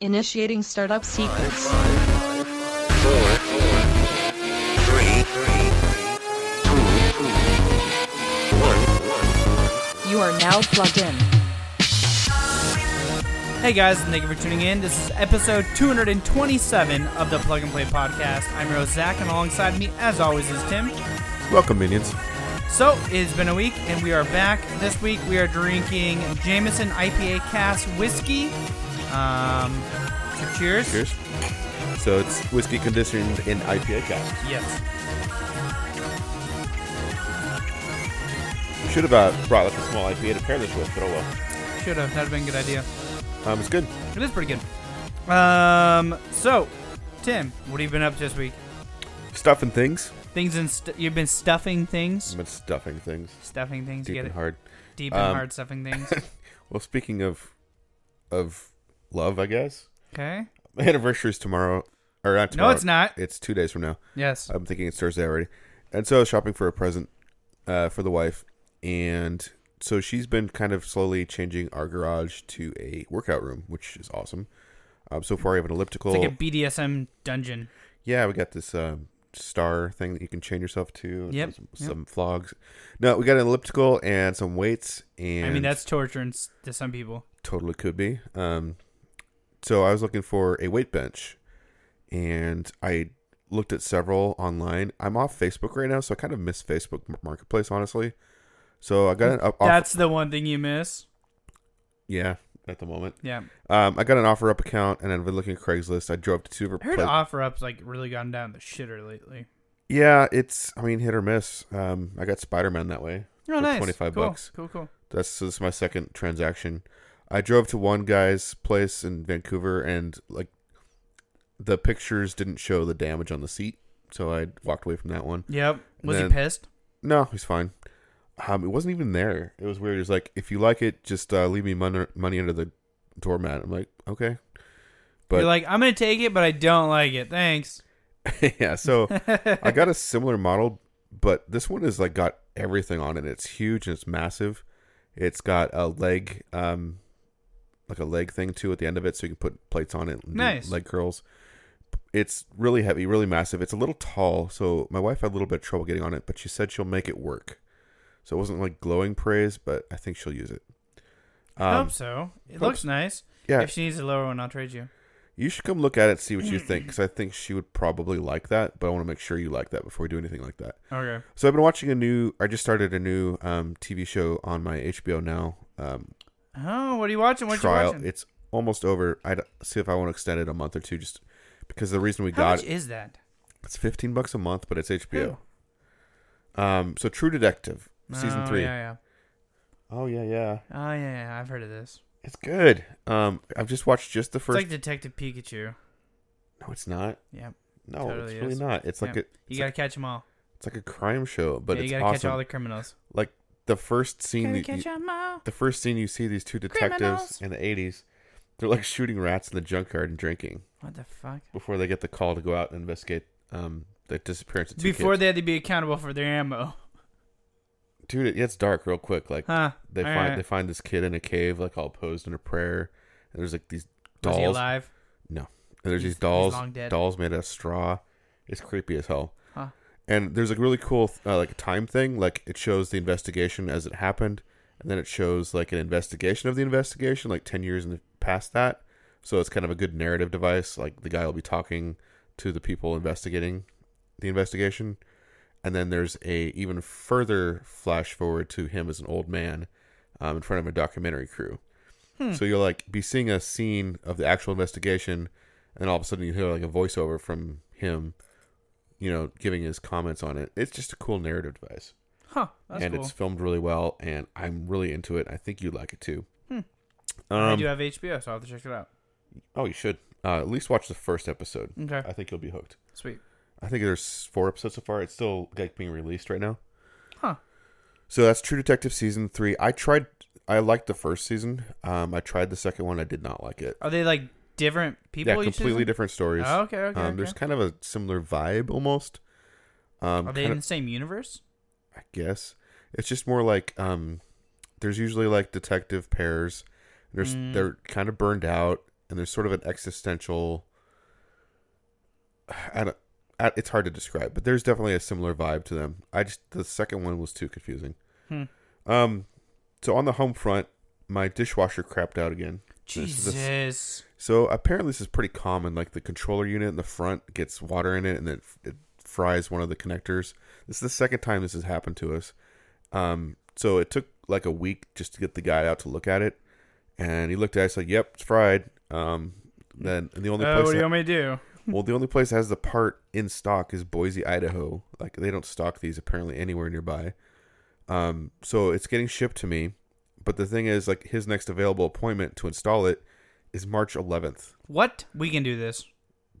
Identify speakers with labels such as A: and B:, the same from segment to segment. A: Initiating startup sequence.
B: four, three, two, one.
A: You are now plugged in.
C: Hey guys, and thank you for tuning in. This is episode 227 of the Plug and Play Podcast. I'm your host, Zach, and alongside me, as always, is Tim.
D: Welcome, minions.
C: So, it's been a week, and we are back. This week, we are drinking Jameson IPA Cass Whiskey. Um, so cheers.
D: Cheers. So it's whiskey conditioned in IPA cask.
C: Yes.
D: We should have uh, brought like a small IPA to pair this with, but oh well.
C: Should have. That would have been a good idea.
D: Um, it's good.
C: It is pretty good. Um, so, Tim, what have you been up to this week?
D: Stuffing things.
C: Things in st- you've been stuffing things,
D: I've been stuffing things
C: stuffing things. you
D: Mm. deep
C: get
D: and
C: it
D: hard.
C: deep and
D: Um,
C: hard stuffing things.
D: Well, speaking of of love, I guess
C: Okay.
D: my anniversary is tomorrow, or not
C: No,
D: tomorrow.
C: it's not.
D: It's two days from now.
C: Yes.
D: I'm thinking it's Thursday already. And so I was shopping for a present uh, for the wife. And so she's been kind of slowly changing our garage to a workout room, which is awesome. Um, so far, I have an elliptical.
C: It's like a BDSM dungeon.
D: yeah, we got this um, star thing that you can chain yourself to. and
C: Yep,
D: Some,
C: yep.
D: some flogs. No, we got an elliptical and some weights. And
C: I mean, that's torture in s- to some people.
D: Totally could be. Um, so I was looking for a weight bench, and I looked at several online. I'm off Facebook right now, so I kind of miss Facebook M- Marketplace, honestly. So I got an up. Off-
C: That's the one thing you miss.
D: yeah, at the moment,
C: Yeah,
D: um, I got an offer up account, and I've been looking at Craigslist. I drove to two
C: I heard
D: pla-
C: offer ups like really gone down the shitter lately.
D: Yeah, it's I mean hit or miss. Um, I got Spider Man that way.
C: Oh,
D: for
C: nice.
D: 25
C: cool.
D: bucks.
C: Cool, cool.
D: That's so this is my second transaction. I drove to one guy's place in Vancouver, and like the pictures didn't show the damage on the seat, so I walked away from that one.
C: Yep. Was
D: then-
C: he pissed?
D: No, he's fine. Um, it wasn't even there. It was weird. He was like, "If you like it, just uh, leave me money money under the doormat." I'm like, "Okay." But-
C: You're like, I'm gonna take it, but I don't like it. Thanks.
D: yeah, so I got a similar model, but this one is like got everything on it. It's huge and it's massive. It's got a leg, um, like a leg thing too at the end of it, so you can put plates on it. And do
C: Nice.
D: leg curls. It's really heavy, really massive. It's a little tall, so my wife had a little bit of trouble getting on it, but she said she'll make it work. So it wasn't like glowing praise, but I think she'll use it.
C: I
D: Um,
C: hope so. It
D: hope
C: looks
D: so.
C: nice.
D: yeah,
C: Oh, If she needs a lower one, I'll trade you.
D: you should come look at it, see what you
C: Hmm.
D: think, because I think she would probably like that. But I want to make sure you like that before we do anything like that.
C: Okay.
D: So I've been watching a new. I just started a new um, TV show on my HBO now. Um,
C: Oh, what are you watching? What you
D: trial.
C: watching?
D: It's almost over. I see if I want to extend it a month or two, just because the reason we
C: How
D: got
C: much
D: it,
C: is that?
D: it's fifteen bucks a month, but it's HBO. Um, so True Detective season
C: oh,
D: three.
C: Yeah,
D: Oh yeah, yeah.
C: yeah. Oh yeah, yeah. I've heard of this.
D: It's good. Um, I've just watched just the first.
C: It's like Detective Pikachu.
D: no, it's not.
C: Yeah.
D: No,
C: Totally
D: it's really
C: is.
D: not. It's like
C: Yeah.
D: a
C: You
D: it's,
C: gotta
D: like,
C: catch them all.
D: it's like a crime show, but
C: yeah,
D: it's
C: you gotta
D: awesome.
C: catch all the criminals.
D: Like the first scene.
C: Gotta
D: that you-
C: catch 'em all.
D: the first scene you see these two detectives
C: Criminals.
D: in the 80s they're like shooting rats in the junkyard and drinking
C: What the fuck?
D: before they get the call to go out and investigate um, the disappearance of two
C: Before
D: kids.
C: they had to be accountable for their ammo.
D: dude it gets dark real quick like
C: Huh.
D: they
C: all
D: find
C: right.
D: they find this kid in a cave like all posed in a prayer and there's like these
C: Was he
D: dolls and
C: alive?
D: there's
C: He's-
D: these dolls
C: he's long dead.
D: dolls made out of straw it's creepy as hell
C: Huh.
D: and there's a really cool uh, like time thing like it shows the investigation as it happened and then it shows like an investigation of the investigation like 10 years in the past that so it's kind of a good narrative device like the guy will be talking to the people investigating the investigation and then there's a even further flash forward to him as an old man um, in front of a documentary crew
C: Hmm.
D: so you'll like be seeing a scene of the actual investigation and all of a sudden you hear like a voiceover from him you know giving his comments on it it's just a cool narrative device
C: Huh. That's
D: and
C: cool.
D: it's filmed really well and i'm really into it i think you'd like it too
C: Hmm. I
D: um,
C: do have HBO, so I'll have to check it out.
D: oh you should uh, at least watch the first episode
C: Okay.
D: i think you'll be hooked
C: Sweet.
D: i think there's four episodes so far it's still like being released right now
C: Huh.
D: so that's true detective season three i tried i liked the first season um, i tried the second one i did not like it
C: Are they like different people?
D: yeah
C: each
D: completely
C: season?
D: different stories
C: Oh, okay. Okay.
D: um,
C: okay.
D: There's kind of a similar vibe almost. Um,
C: Are they
D: kind
C: in
D: of-
C: the same universe?
D: I guess it's just more like um, there's usually like detective pairs. There's
C: Mm.
D: they're kind of burned out. and there's sort of an existential. I don't, I, it's hard to describe, but there's definitely a similar vibe to them. I just the second one was too confusing. Um, so on the home front, my dishwasher crapped out again. This is the-
C: Jesus.
D: so apparently this is pretty common. Like the controller unit in the front gets water in it, and then it fries one of the connectors. This is the second time this has happened to us. Um, so it took like a week just to get the guy out to look at it, and he looked at it. It's like, "Yep, it's fried." Um, then and the only
C: Uh,
D: place
C: what do
D: that-
C: you want me to do?
D: well, the only place that has the part in stock is Boise, Idaho. Like they don't stock these apparently anywhere nearby. Um, so it's getting shipped to me, but the thing is, like his next available appointment to install it is March 11th.
C: What? We can do this.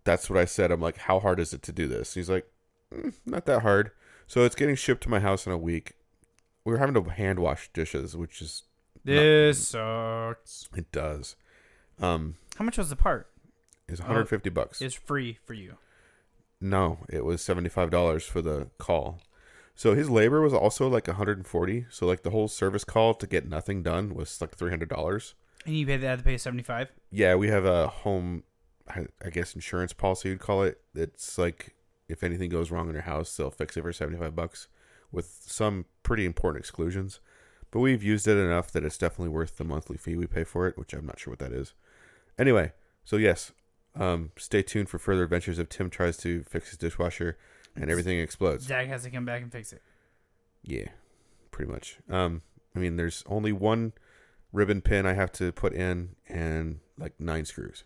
D: That's what I said. I'm like, how hard is it to do this? He's like, "Mm, not that hard. So it's getting shipped to my house in a week. We were having to hand wash dishes, which is
C: This sucks.
D: it does. Um,
C: How much was the part?
D: is 150 bucks.
C: It's free for you.
D: No, it was seventy five dollars for the call. So his labor was also like one hundred and forty. So like the whole service call to get nothing done was like three hundred dollars.
C: And you paid that to pay seventy five.
D: Yeah, we have a home, I I guess insurance policy you'd call it. It's like if anything goes wrong in your house, they'll fix it for seventy five bucks, with some pretty important exclusions. But we've used it enough that it's definitely worth the monthly fee we pay for it, which I'm not sure what that is. Anyway, so yes, um, stay tuned for further adventures of Tim tries to fix his dishwasher and everything explodes.
C: Zach has to come back and fix it.
D: Yeah, pretty much. Um, I mean, there's only one ribbon pin I have to put in and like nine screws.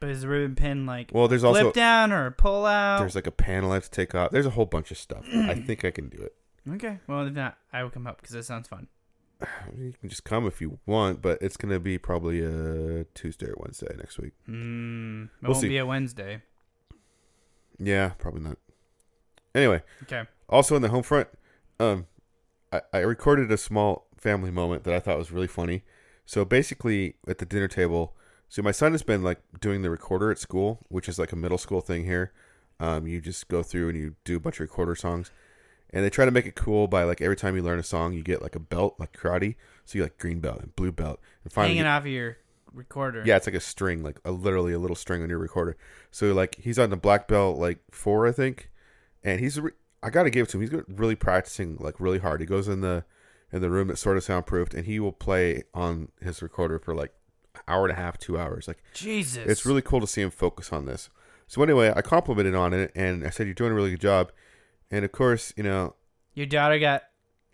C: But is the ribbon pin like
D: Well, there's
C: flip
D: also
C: down or pull out?
D: there's like a panel I have to take off. There's a whole bunch of stuff. I think I can do it.
C: okay. Well, if not, I will come up because that sounds fun.
D: You can just come if you want, but it's gonna be probably a Tuesday or Wednesday next week.
C: Mm, it
D: We'll
C: won't
D: see.
C: be a Wednesday.
D: Yeah, probably not. Anyway,
C: Okay.
D: also in the home front, um, I, I recorded a small family moment that I thought was really funny. So basically, at the dinner table, so my son has been like doing the recorder at school, which is like a middle school thing here. Um, you just go through and you do a bunch of recorder songs, and they try to make it cool by like every time you learn a song, you get like a belt, like karate. So you like green belt and blue belt, and finally
C: Hanging off of your recorder.
D: yeah, it's like a string, like a literally a little string on your recorder. So like he's on the black belt like four, I think, and he's re- I gotta give it to him. He's good- really practicing like really hard. He goes in the in the room that's sort of soundproofed, and he will play on his recorder for like an hour and a half, two hours. Like
C: Jesus.
D: it's really cool to see him focus on this. So anyway, I complimented on it, and I said you're doing a really good job. And of course, you know,
C: Your daughter got.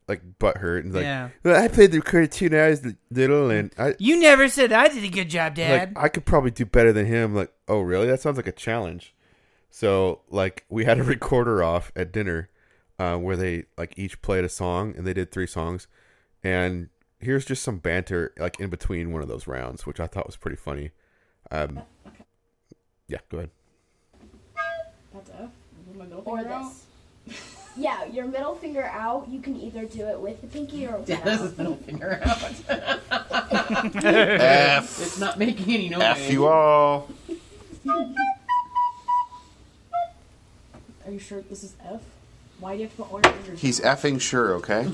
D: like butt hurt and like,
C: Yeah.
D: well, I played the recorder too when I was little, and I
C: You never said I did a good job, Dad.
D: like I could probably do better than him. Like, oh really? That sounds like a challenge. So like we had a recorder off at dinner, uh, where they like each played a song and they did three songs, and here's just some banter like in between one of those rounds, which I thought was pretty funny. Um, yeah, go ahead.
E: or this. yeah, your middle finger out. You can either do it with the pinky or without.
F: middle finger out. It's not making any noise.
B: F you all.
G: Are you sure this is F? Why do you have to put all your fingers?
B: He's effing sure, okay?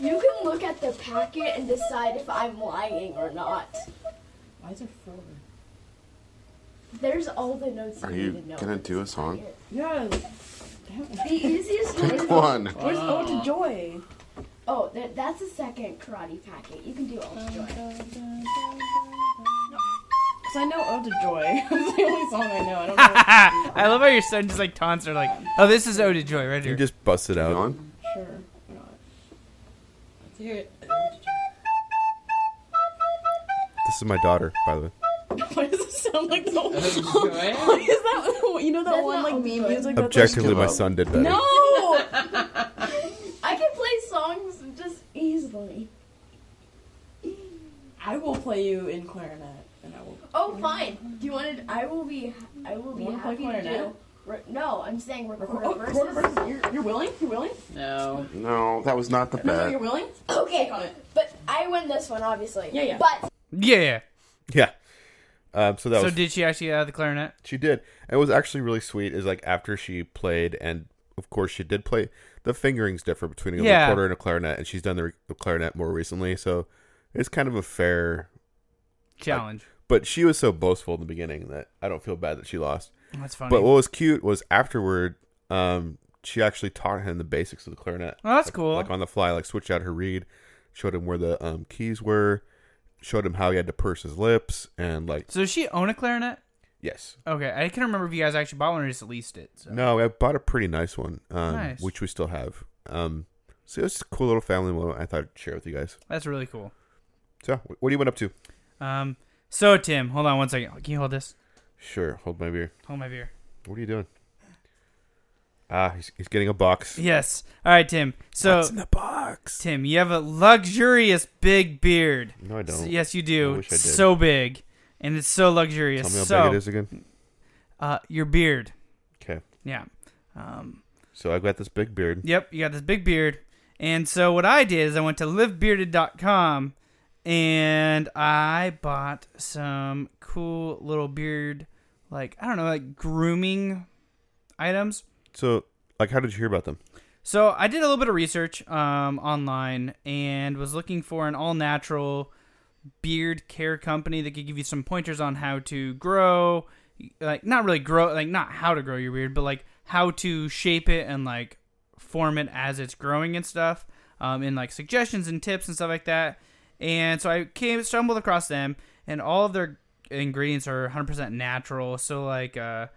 E: You can look at the packet and decide if I'm lying or not.
G: Why is there four?
E: There's all the notes
D: Are
E: you,
D: you
E: need to know.
D: gonna do a song?
G: Yeah.
E: The easiest one is
B: Pick one.
G: Where's Ode to Joy?
E: oh, that, that's the second karate packet. You can do all the joy.
G: Because I know Ode to Joy. it's the only song I know. I don't know.
C: I love how your son just like taunts her, like, "Oh, this is Ode to Joy right
D: You
C: here."
D: just busted out.
B: On?
G: sure. Why not?
F: Let's hear it.
D: This is my daughter, by the way.
G: Why does it sound like the Why is
F: Joy?
G: that? You know that
E: That's
G: one
E: not
G: like
E: Ode to
G: meme
E: Joy.
G: music? that's like-
D: Objectively, my son did better.
G: No!
E: I can play songs just easily.
G: I will play you in clarinet. And I will.
E: Oh, fine. Do you want to? I will be. I will be
G: Wanna play
E: happy to
G: clarinet?
E: do. Re- no, I'm saying record
G: Oh,
E: verses.
G: chord versus- You're, you're willing? You're willing?
F: No.
B: No, that was not the
G: No, you're
B: bet.
G: willing?
E: Okay,
G: on it.
E: but I win this one, obviously.
G: Yeah, yeah.
E: But
C: yeah.
D: Yeah. Um, so that
C: So
D: was
C: did she actually have the clarinet?
D: She did. And it was actually really sweet. Is like after she played, and of course she did play. The fingerings differ between a
C: Yeah.
D: recorder and a clarinet, and she's done the, re- the clarinet more recently. So It's kind of a fair.
C: Challenge.
D: But she was so boastful in the beginning that I don't feel bad that she lost.
C: That's funny.
D: But what was cute was afterward, um, she actually taught him the basics of the clarinet.
C: Oh, that's
D: Like-
C: cool.
D: Like on the fly, like switched out her reed, showed him where the um, keys were, showed him how he had to purse his lips, and like
C: so does she own a clarinet?
D: yes,
C: Okay, I can't remember if you guys actually bought one or just leased it. So.
D: no, I bought a pretty nice one, um,
C: Nice.
D: which we still have. Um, so it's a cool little family moment. I thought I'd share with you guys.
C: That's really cool.
D: So wh- what do you went up to?
C: Um, so Tim, hold on one second. Can you hold this?
D: Sure, hold my beer.
C: Hold my beer.
D: What are you doing? Ah, he's, he's getting a box.
C: Yes. All right, Tim. So
D: What's in the box?
C: Tim, you have a luxurious big beard.
D: No, I
C: S-
D: don't.
C: yes, you do.
D: I wish I did.
C: So big, and it's so luxurious.
D: Tell me how
C: so,
D: big it is again.
C: Uh, your beard.
D: Okay.
C: Yeah. Um,
D: So I've got this big beard.
C: yep. You got this big beard. And so what I did is I went to livebearded.com and I bought some cool little beard, like I don't know, like grooming items.
D: So, like, how did you hear about them?
C: So I did a little bit of research um, online and was looking for an all natural beard care company that could give you some pointers on how to grow, like not really grow, like not how to grow your beard, but like how to shape it and like form it as it's growing and stuff, um, and like suggestions and tips and stuff like that. And so I came stumbled across them, and all of their ingredients are 100% natural. So like uh,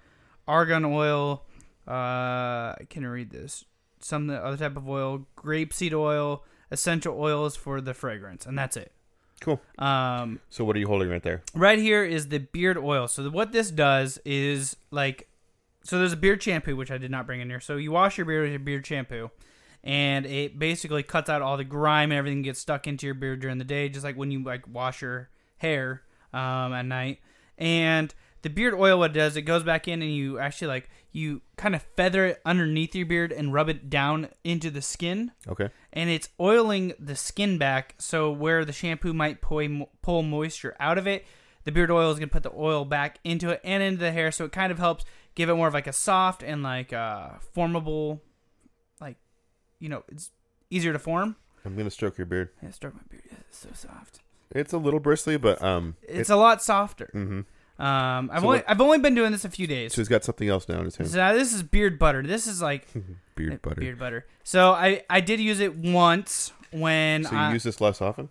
C: argan oil, uh, I can read this some other type of oil, grapeseed oil, essential oils for the fragrance, and that's it.
D: Cool.
C: Um,
D: So, what are you holding right there?
C: right here is the beard oil. So what this does is like, so there's a beard shampoo which I did not bring in here. So you wash your beard with your beard shampoo, and it basically cuts out all the grime and everything that gets stuck into your beard during the day, just like when you like wash your hair um, at night. And the beard oil, what it does, it goes back in and you actually like you kind of feather it underneath your beard and rub it down into the skin
D: Okay.
C: and it's oiling the skin back. So where the shampoo might pull, pull moisture out of it, the beard oil is gonna put the oil back into it and into the hair. So it kind of helps give it more of like a soft and like uh, formable, like you know, it's easier to form.
D: I'm gonna stroke your beard.
C: I stroke my beard. Yeah, It's so soft.
D: It's a little bristly, but um,
C: It's, a lot softer.
D: Mhm.
C: Um, I've
D: So
C: only
D: what-
C: I've only been doing this a few days.
D: so he's got something else now in his hand.
C: So now this is beard butter. This is like eh,
D: Beard butter.
C: beard butter. So I I did use it once when
D: so you
C: I,
D: use this less often?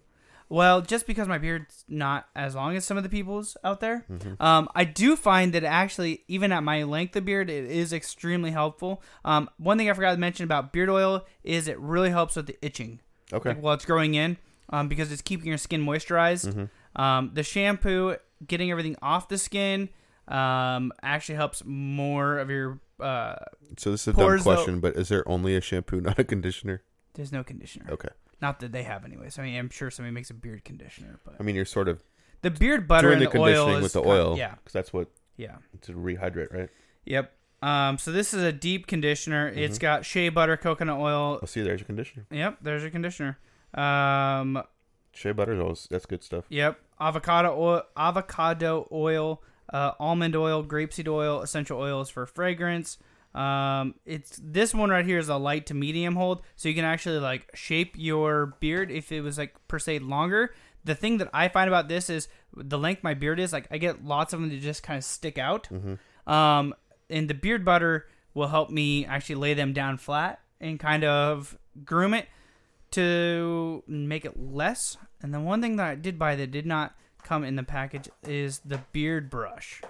C: Well, just because my beard's not as long as some of the people's out there,
D: Mm-hmm.
C: um, I do find that actually, even at my length of beard, it is extremely helpful. Um, one thing I forgot to mention about beard oil is it really helps with the itching
D: Okay.
C: like, while it's growing in um, because it's keeping your skin moisturized.
D: Mm-hmm.
C: Um, the shampoo, getting everything off the skin, um, actually helps more of your. Uh,
D: So this is a dumb
C: Pours the-
D: question, but is there only a shampoo, not a conditioner?
C: there's no conditioner.
D: Okay.
C: Not that they have, anyways. I mean, I'm sure somebody makes a beard conditioner, but
D: I mean, you're sort of
C: the beard butter
D: doing
C: and
D: Um,
C: the,
D: the
C: oil
D: conditioning
C: is
D: with the
C: kind-
D: oil,
C: yeah,
D: because that's what
C: yeah.
D: to rehydrate, right?
C: Yep. Um, so this is a deep conditioner. It's got shea butter, coconut oil.
D: I'll Oh, see. There's your conditioner.
C: Yep, there's your conditioner. Um,
D: Shea butter, those that's good stuff.
C: yep, avocado oil, avocado oil, uh, almond oil, grapeseed oil, essential oils for fragrance. Um, it's this one right here is a light to medium hold, so you can actually like shape your beard if it was like per se longer. The thing that I find about this is the length my beard is. Like I get lots of them that just kind of stick out. Um, and the beard butter will help me actually lay them down flat and kind of groom it to make it less. And then one thing that I did buy that did not come in the package is the beard brush.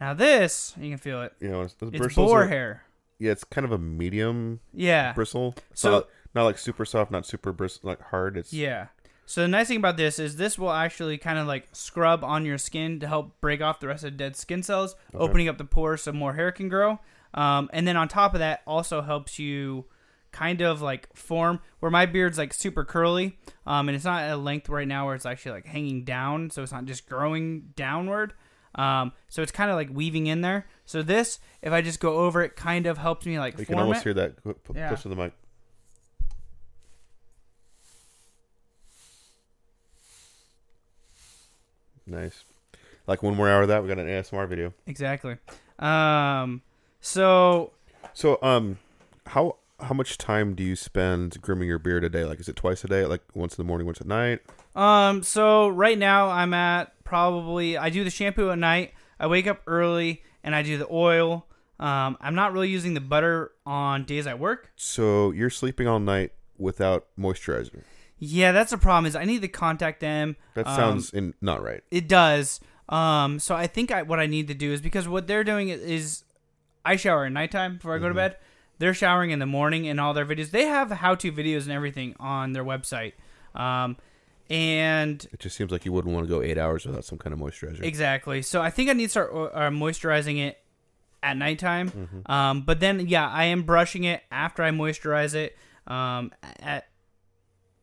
C: Now this, you can feel it.
D: You know, those
C: It's
D: bristles
C: boar
D: are-
C: hair.
D: Yeah, it's kind of a medium
C: Yeah.
D: bristle.
C: So-
D: So not, not like super soft, not super bristle, like hard. It's
C: Yeah. So the nice thing about this is this will actually kind of like scrub on your skin to help break off the rest of the dead skin cells, opening up the pores so more hair can grow. Um, and then on top of that, also helps you kind of like form where my beard's like super curly, um, and it's not at a length right now where it's actually like hanging down, so it's not just growing downward. Um, so it's kind of like weaving in there. So this, if I just go over it, kind of helps me like
D: You can
C: form
D: almost
C: it.
D: hear that Go- pu-
C: Yeah.
D: push of the mic. Nice. Like one more hour of that, we got an ASMR video.
C: exactly. Um, so
D: So, um, how how much time do you spend grooming your beard a day? Like, is it twice a day? Like once in the morning, once at night?
C: Um, so right now I'm at probably I do the shampoo at night. I wake up early and I do the oil. Um, I'm not really using the butter on days I work.
D: So you're sleeping all night without moisturizer.
C: Yeah, that's the problem. Is I need to contact them.
D: That
C: Um,
D: sounds in, not right.
C: It does. Um, so I think I, what I need to do is because what they're doing is I shower at nighttime before I
D: Mm-hmm.
C: go to bed. They're showering in the morning and all their videos. They have how-to videos and everything on their website. Um, and
D: It just seems like you wouldn't want to go eight hours without some kind of moisturizer.
C: Exactly. So I think I need to start uh, moisturizing it at nighttime. Um, but then, yeah, I am brushing it after I moisturize it um, at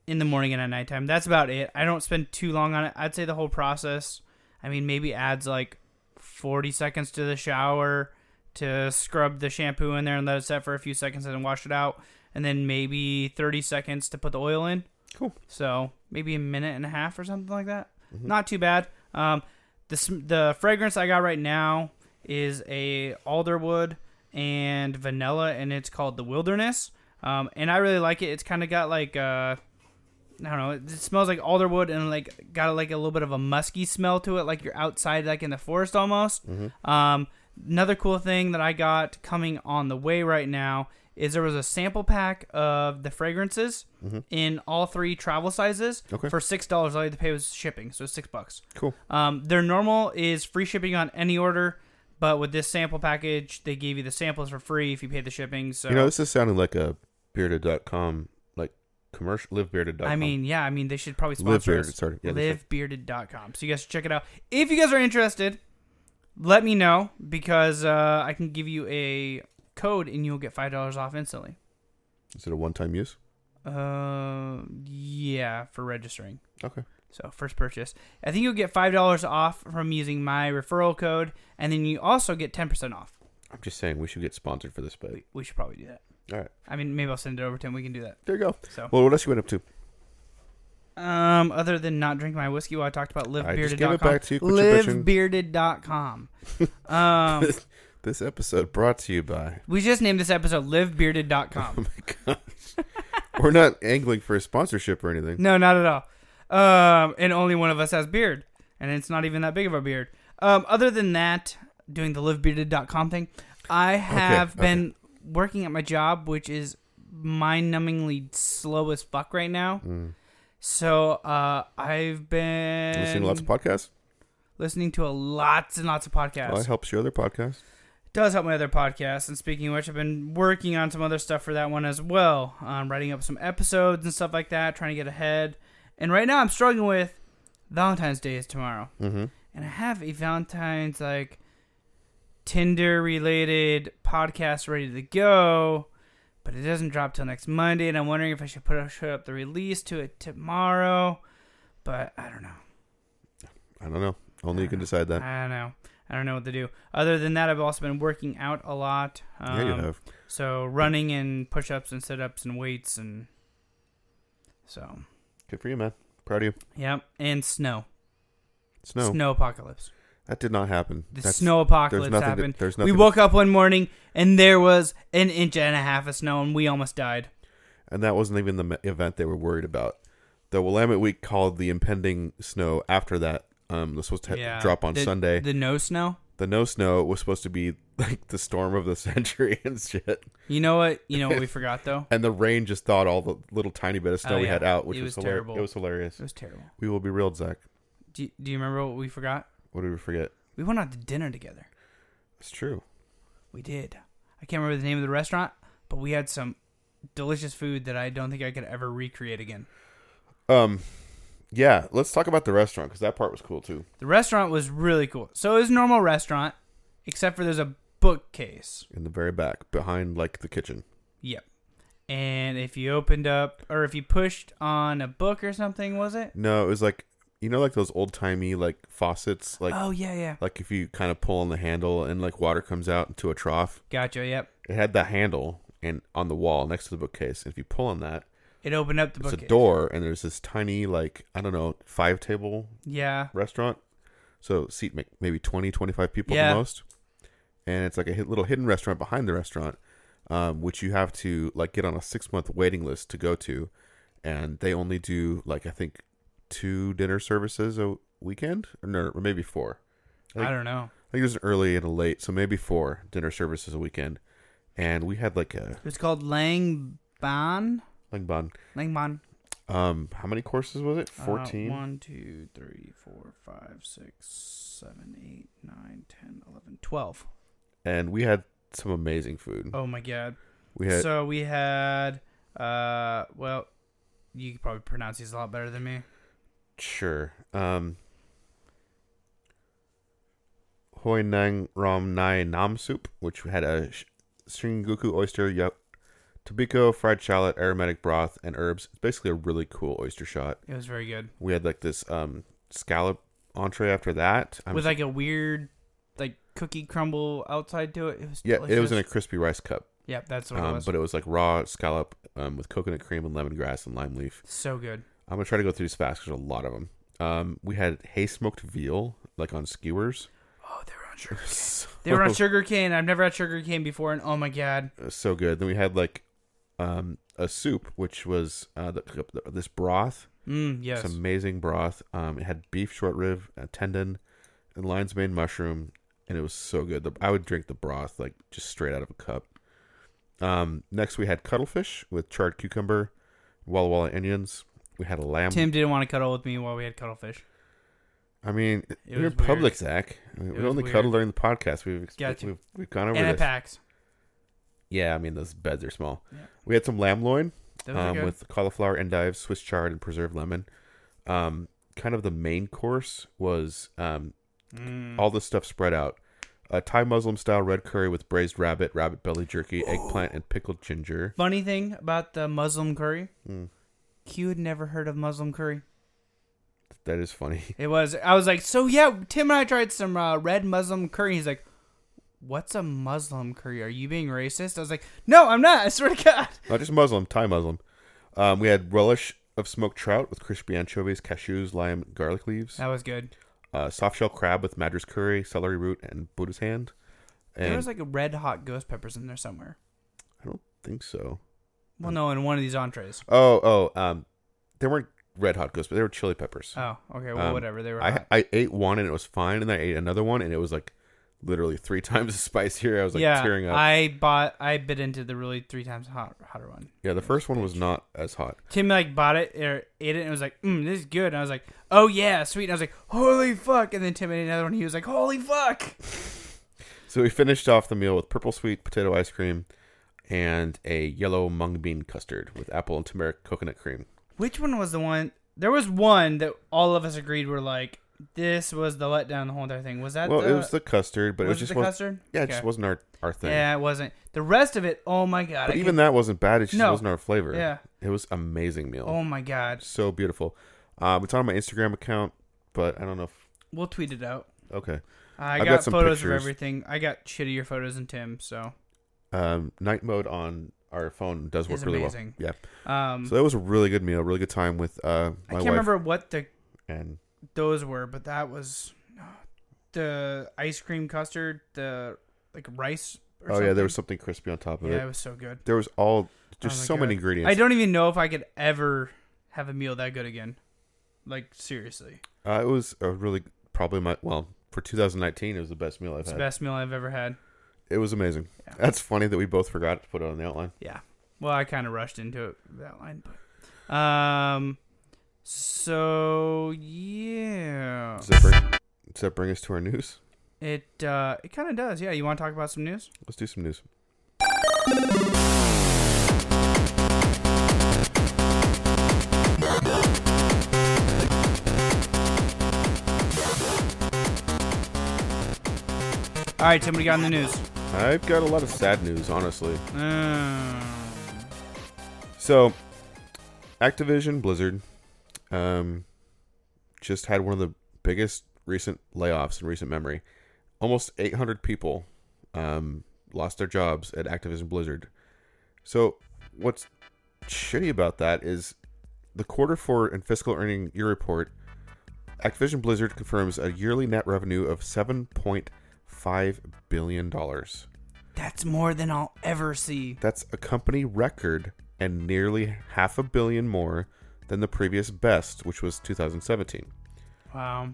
C: in the morning and at nighttime. That's about it. I don't spend too long on it. I'd say the whole process. I mean, maybe adds like forty seconds to the shower to scrub the shampoo in there and let it set for a few seconds and then wash it out, and then maybe thirty seconds to put the oil in.
D: Cool.
C: So maybe a minute and a half or something like that. Not too bad. Um, the sm- the fragrance I got right now is a alderwood and vanilla, and it's called the Wilderness. Um, and I really like it. It's kind of got like uh, I don't know. It, it smells like alderwood and like got like a little bit of a musky smell to it, like you're outside, like in the forest almost.
D: Mm-hmm.
C: Um, another cool thing that I got coming on the way right now is there was a sample pack of the fragrances in all three travel sizes
D: Mm-hmm. Okay.
C: for six dollars. All you had to pay was shipping, so it's six bucks.
D: Cool.
C: Um, their normal is free shipping on any order, but with this sample package, they gave you the samples for free if you pay the shipping. So
D: You know, this is sounding like a bearded.com, like commercial, livebearded.com.
C: I mean, yeah, I mean they should probably
D: Live
C: sponsor
D: Bearded,
C: us.
D: sorry. Yeah, they should.
C: Livebearded.com. So you guys should check it out. If you guys are interested, let me know because uh, I can give you a code and you'll get five dollars off instantly.
D: is it a one time use?
C: Uh, yeah, for registering.
D: Okay.
C: So first purchase, I think you'll get five dollars off from using my referral code, and then you also get ten percent off.
D: I'm just saying we should get sponsored for this, but
C: We, we should probably do that.
D: all right.
C: I mean, maybe I'll send it over to him. We can do that.
D: There you go.
C: So-
D: Well, what else you went up to?
C: Um, other than not drinking my whiskey, while I talked about
D: I just
C: livebearded.com.
D: gave it back to you. Quit your bitching.
C: livebearded.com. um,
D: This episode brought to you by.
C: we just named this episode livebearded.com.
D: Oh my gosh. We're not angling for a sponsorship or anything.
C: no, not at all. Um, and only one of us has beard, and it's not even that big of a beard. Um, other than that, doing the livebearded.com thing, I have
D: okay.
C: been working at my job, which is mind-numbingly slow as fuck right now.
D: Mm.
C: So uh, I've been
D: Listening to lots of podcasts.
C: listening to a lots and lots of podcasts.
D: Well, it helps your other podcasts.
C: Does help my other podcast. And speaking of which, I've been working on some other stuff for that one as well. Um, writing up some episodes and stuff like that, trying to get ahead. And right now, I'm struggling with Valentine's Day is tomorrow,
D: Mhm.
C: and I have a Valentine's like Tinder related podcast ready to go, but it doesn't drop till next Monday. And I'm wondering if I should put up, should up the release to it tomorrow, but I don't know.
D: I don't know. Only you can decide that.
C: I don't know. I don't know what to do. Other than that, I've also been working out a lot. Um,
D: yeah, you have.
C: So running and push-ups and sit-ups and weights and so
D: Good for you, man. Proud of you.
C: yep. And snow,
D: Snow.
C: snow apocalypse.
D: That did not happen.
C: The
D: That's-
C: snow apocalypse
D: there's nothing to-
C: happened.
D: there's
C: we
D: nothing-
C: woke up one morning and there was an inch and a half of snow, and we almost died.
D: And that wasn't even the me- event they were worried about. The Willamette Week called the impending snow after that. Um, was supposed to ha-
C: Yeah.
D: drop on
C: The-
D: Sunday.
C: The no snow.
D: the no snow was supposed to be like the storm of the century and shit.
C: You know what? You know what we forgot though.
D: And the rain just thawed all the little tiny bit of snow
C: Oh,
D: we
C: yeah.
D: had out, which
C: It
D: was,
C: was
D: hilar-
C: terrible.
D: It was hilarious.
C: It was terrible.
D: We will be reeled, Zach.
C: Do you, Do you remember what we forgot?
D: What did we forget?
C: We went out to dinner together.
D: It's true.
C: We did. I can't remember the name of the restaurant, but we had some delicious food that I don't think I could ever recreate again.
D: Um, yeah. Let's talk about the restaurant because that part was cool too.
C: The restaurant was really cool. So it was a normal restaurant, except for there's a bookcase.
D: In the very back, behind like the kitchen.
C: Yep. And if you opened up, or if you pushed on a book or something, was it?
D: No, it was like you know, like those old timey like faucets, like
C: oh yeah, yeah.
D: like if you kind of pull on the handle and like water comes out into a trough.
C: Gotcha. Yep.
D: It had the handle and on the wall next to the bookcase. If you pull on that,
C: It opened up the
D: it's
C: bookcase.
D: a door and there's this tiny like I don't know five table
C: Yeah.
D: restaurant. So seat ma- maybe 20, 25 people at
C: Yeah.
D: the most. And it's like a hit, little hidden restaurant behind the restaurant um, which you have to like get on a six month waiting list to go to, and they only do like I think two dinner services a weekend, or no, or maybe four.
C: I don't know.
D: I think there's an early and a late, so maybe four dinner services a weekend. And we had like a
C: It's called Lang Ban.
D: like bun.
C: Lang Ban.
D: Um, how many courses was it?
C: Uh,
D: Fourteen.
C: one, two, three, four, five, six, seven, eight, nine, 10, 11, 12.
D: and we had some amazing food.
C: Oh my god.
D: we had
C: So we had, uh, well, you could probably pronounce these a lot better than me.
D: sure. Um, Hoi Nang Ram Nai Nam soup, which had a sh- Shingoku oyster, yup, tobiko, fried shallot, aromatic broth, and herbs. It's basically a really cool oyster shot.
C: It was very good.
D: We had like this um scallop entree after that. I'm
C: With like a weird, like cookie crumble outside to it. It was
D: Yeah, it was in a
C: delicious.
D: crispy rice cup,
C: yeah, that's what it
D: um,
C: was.
D: but it was like raw scallop um, with coconut cream and lemongrass and lime leaf.
C: so good.
D: I'm gonna try to go through these fast. 'cause There's a lot of them. Um, we had hay smoked veal like on skewers.
C: Oh, they were on sugar.
D: So,
C: They were on sugar cane. I've never had sugar cane before, and oh my god,
D: so good. Then we had like um, a soup, which was uh, the, this broth.
C: mm, yes,
D: It's amazing broth. Um, it had beef short rib, uh tendon, and lion's mane mushroom, and it was so good. The, I would drink the broth like just straight out of a cup. Um, next we had cuttlefish with charred cucumber, walla walla onions. We had a lamb.
C: Tim didn't want to cuddle with me while we had cuttlefish.
D: I mean, we are
C: was
D: in public,
C: weird.
D: Zach. I mean,
C: It
D: we
C: was
D: only
C: weird.
D: cuddle during the podcast. We've exp-
C: Gotcha.
D: we've, we've gone over
C: And it
D: this.
C: packs.
D: Yeah, I mean those beds are small. We had some lamb loin
C: Those are
D: um,
C: good.
D: with cauliflower endives, Swiss chard, and preserved lemon. Um, kind of the main course was um,
C: Mm.
D: all this stuff spread out. A Thai Muslim style red curry with braised rabbit, rabbit belly jerky, eggplant, and pickled ginger.
C: Funny thing about the Muslim curry,
D: Mm.
C: Q had never heard of Muslim curry.
D: That is funny.
C: It was I was like, so yeah, Tim and I tried some uh, red Muslim curry. He's like, what's a Muslim curry? Are you being racist? I was like, no, I'm not. I swear to God.
D: Not just Muslim, Thai Muslim. Um, we had relish of smoked trout with crispy anchovies, cashews, lime, garlic leaves.
C: That was good.
D: uh, soft shell crab with madras curry, celery root, and Buddha's hand. And
C: there was like a red hot ghost peppers in there somewhere.
D: I don't think so.
C: Well, no, in one of these entrees.
D: Oh, oh, um, they weren't red hot ghosts, but they were chili peppers.
C: Oh, okay. Well,
D: Um,
C: whatever. They were.
D: I
C: hot.
D: I ate one and it was fine, and then I ate another one and it was like literally three times the spice here. I was like
C: yeah,
D: tearing up.
C: I bought. I bit into the really three times hot, hotter one.
D: yeah, the first one was not as hot.
C: Tim like bought it or ate it and was like, mm, this is good. And I was like, oh yeah, sweet. And I was like, holy fuck. And then Tim ate another one. He was like, holy fuck.
D: So we finished off the meal with purple sweet potato ice cream and a yellow mung bean custard with apple and turmeric coconut cream.
C: Which one was the one? There was one that all of us agreed were like, this was the letdown. The whole entire thing was that.
D: Well,
C: the,
D: it was the custard, but it
C: was
D: was
C: it
D: just
C: the
D: one-
C: custard?
D: Yeah, it
C: Okay.
D: just wasn't our our thing.
C: Yeah, it wasn't. The rest of it. Oh my god.
D: But
C: I could-
D: even that wasn't bad. It just
C: No.
D: wasn't our flavor.
C: Yeah.
D: It was amazing meal.
C: Oh my god.
D: so beautiful. Um, it's on my Instagram account, but I don't know if
C: We'll tweet it out.
D: okay.
C: I
D: I've
C: got,
D: got some
C: photos of
D: pictures.
C: everything. I got shittier photos than Tim. So,
D: Um, night mode on our phone does work
C: Is
D: really well.
C: amazing.
D: Yeah.
C: um,
D: So that was a really good meal, really good time with uh
C: I
D: my
C: can't
D: wife
C: remember what the
D: and
C: those were, but that was the ice cream custard, the like rice. Or
D: oh
C: something.
D: yeah, there was something crispy on top of
C: Yeah,
D: it.
C: it was so good.
D: There was all
C: Oh
D: just
C: my
D: so many
C: God.
D: ingredients.
C: I don't even know if I could ever have a meal that good again. Like seriously,
D: Uh, it was a really probably my well for 2019. It was the best meal I've
C: it's the
D: had.
C: best meal I've ever had.
D: It was amazing. That's funny that we both forgot to put it on the outline.
C: Yeah. Well, I kind of rushed into it that line, but um, so yeah,
D: Does that bring, does that bring us to our news?
C: it uh, it kind of does. Yeah, you want to talk about some news?
D: Let's do some news.
C: All right, Tim, what do you got in the news?
D: I've got a lot of sad news, honestly.
C: Mm.
D: So, Activision Blizzard um, just had one of the biggest recent layoffs in recent memory. Almost 800 people um, lost their jobs at Activision Blizzard. So, what's shitty about that is the quarter four and fiscal earning year report. Activision Blizzard confirms a yearly net revenue of 7.5 billion dollars.
C: That's more than I'll ever see.
D: That's a company record and nearly half a billion more than the previous best, which was 2017.
C: Wow.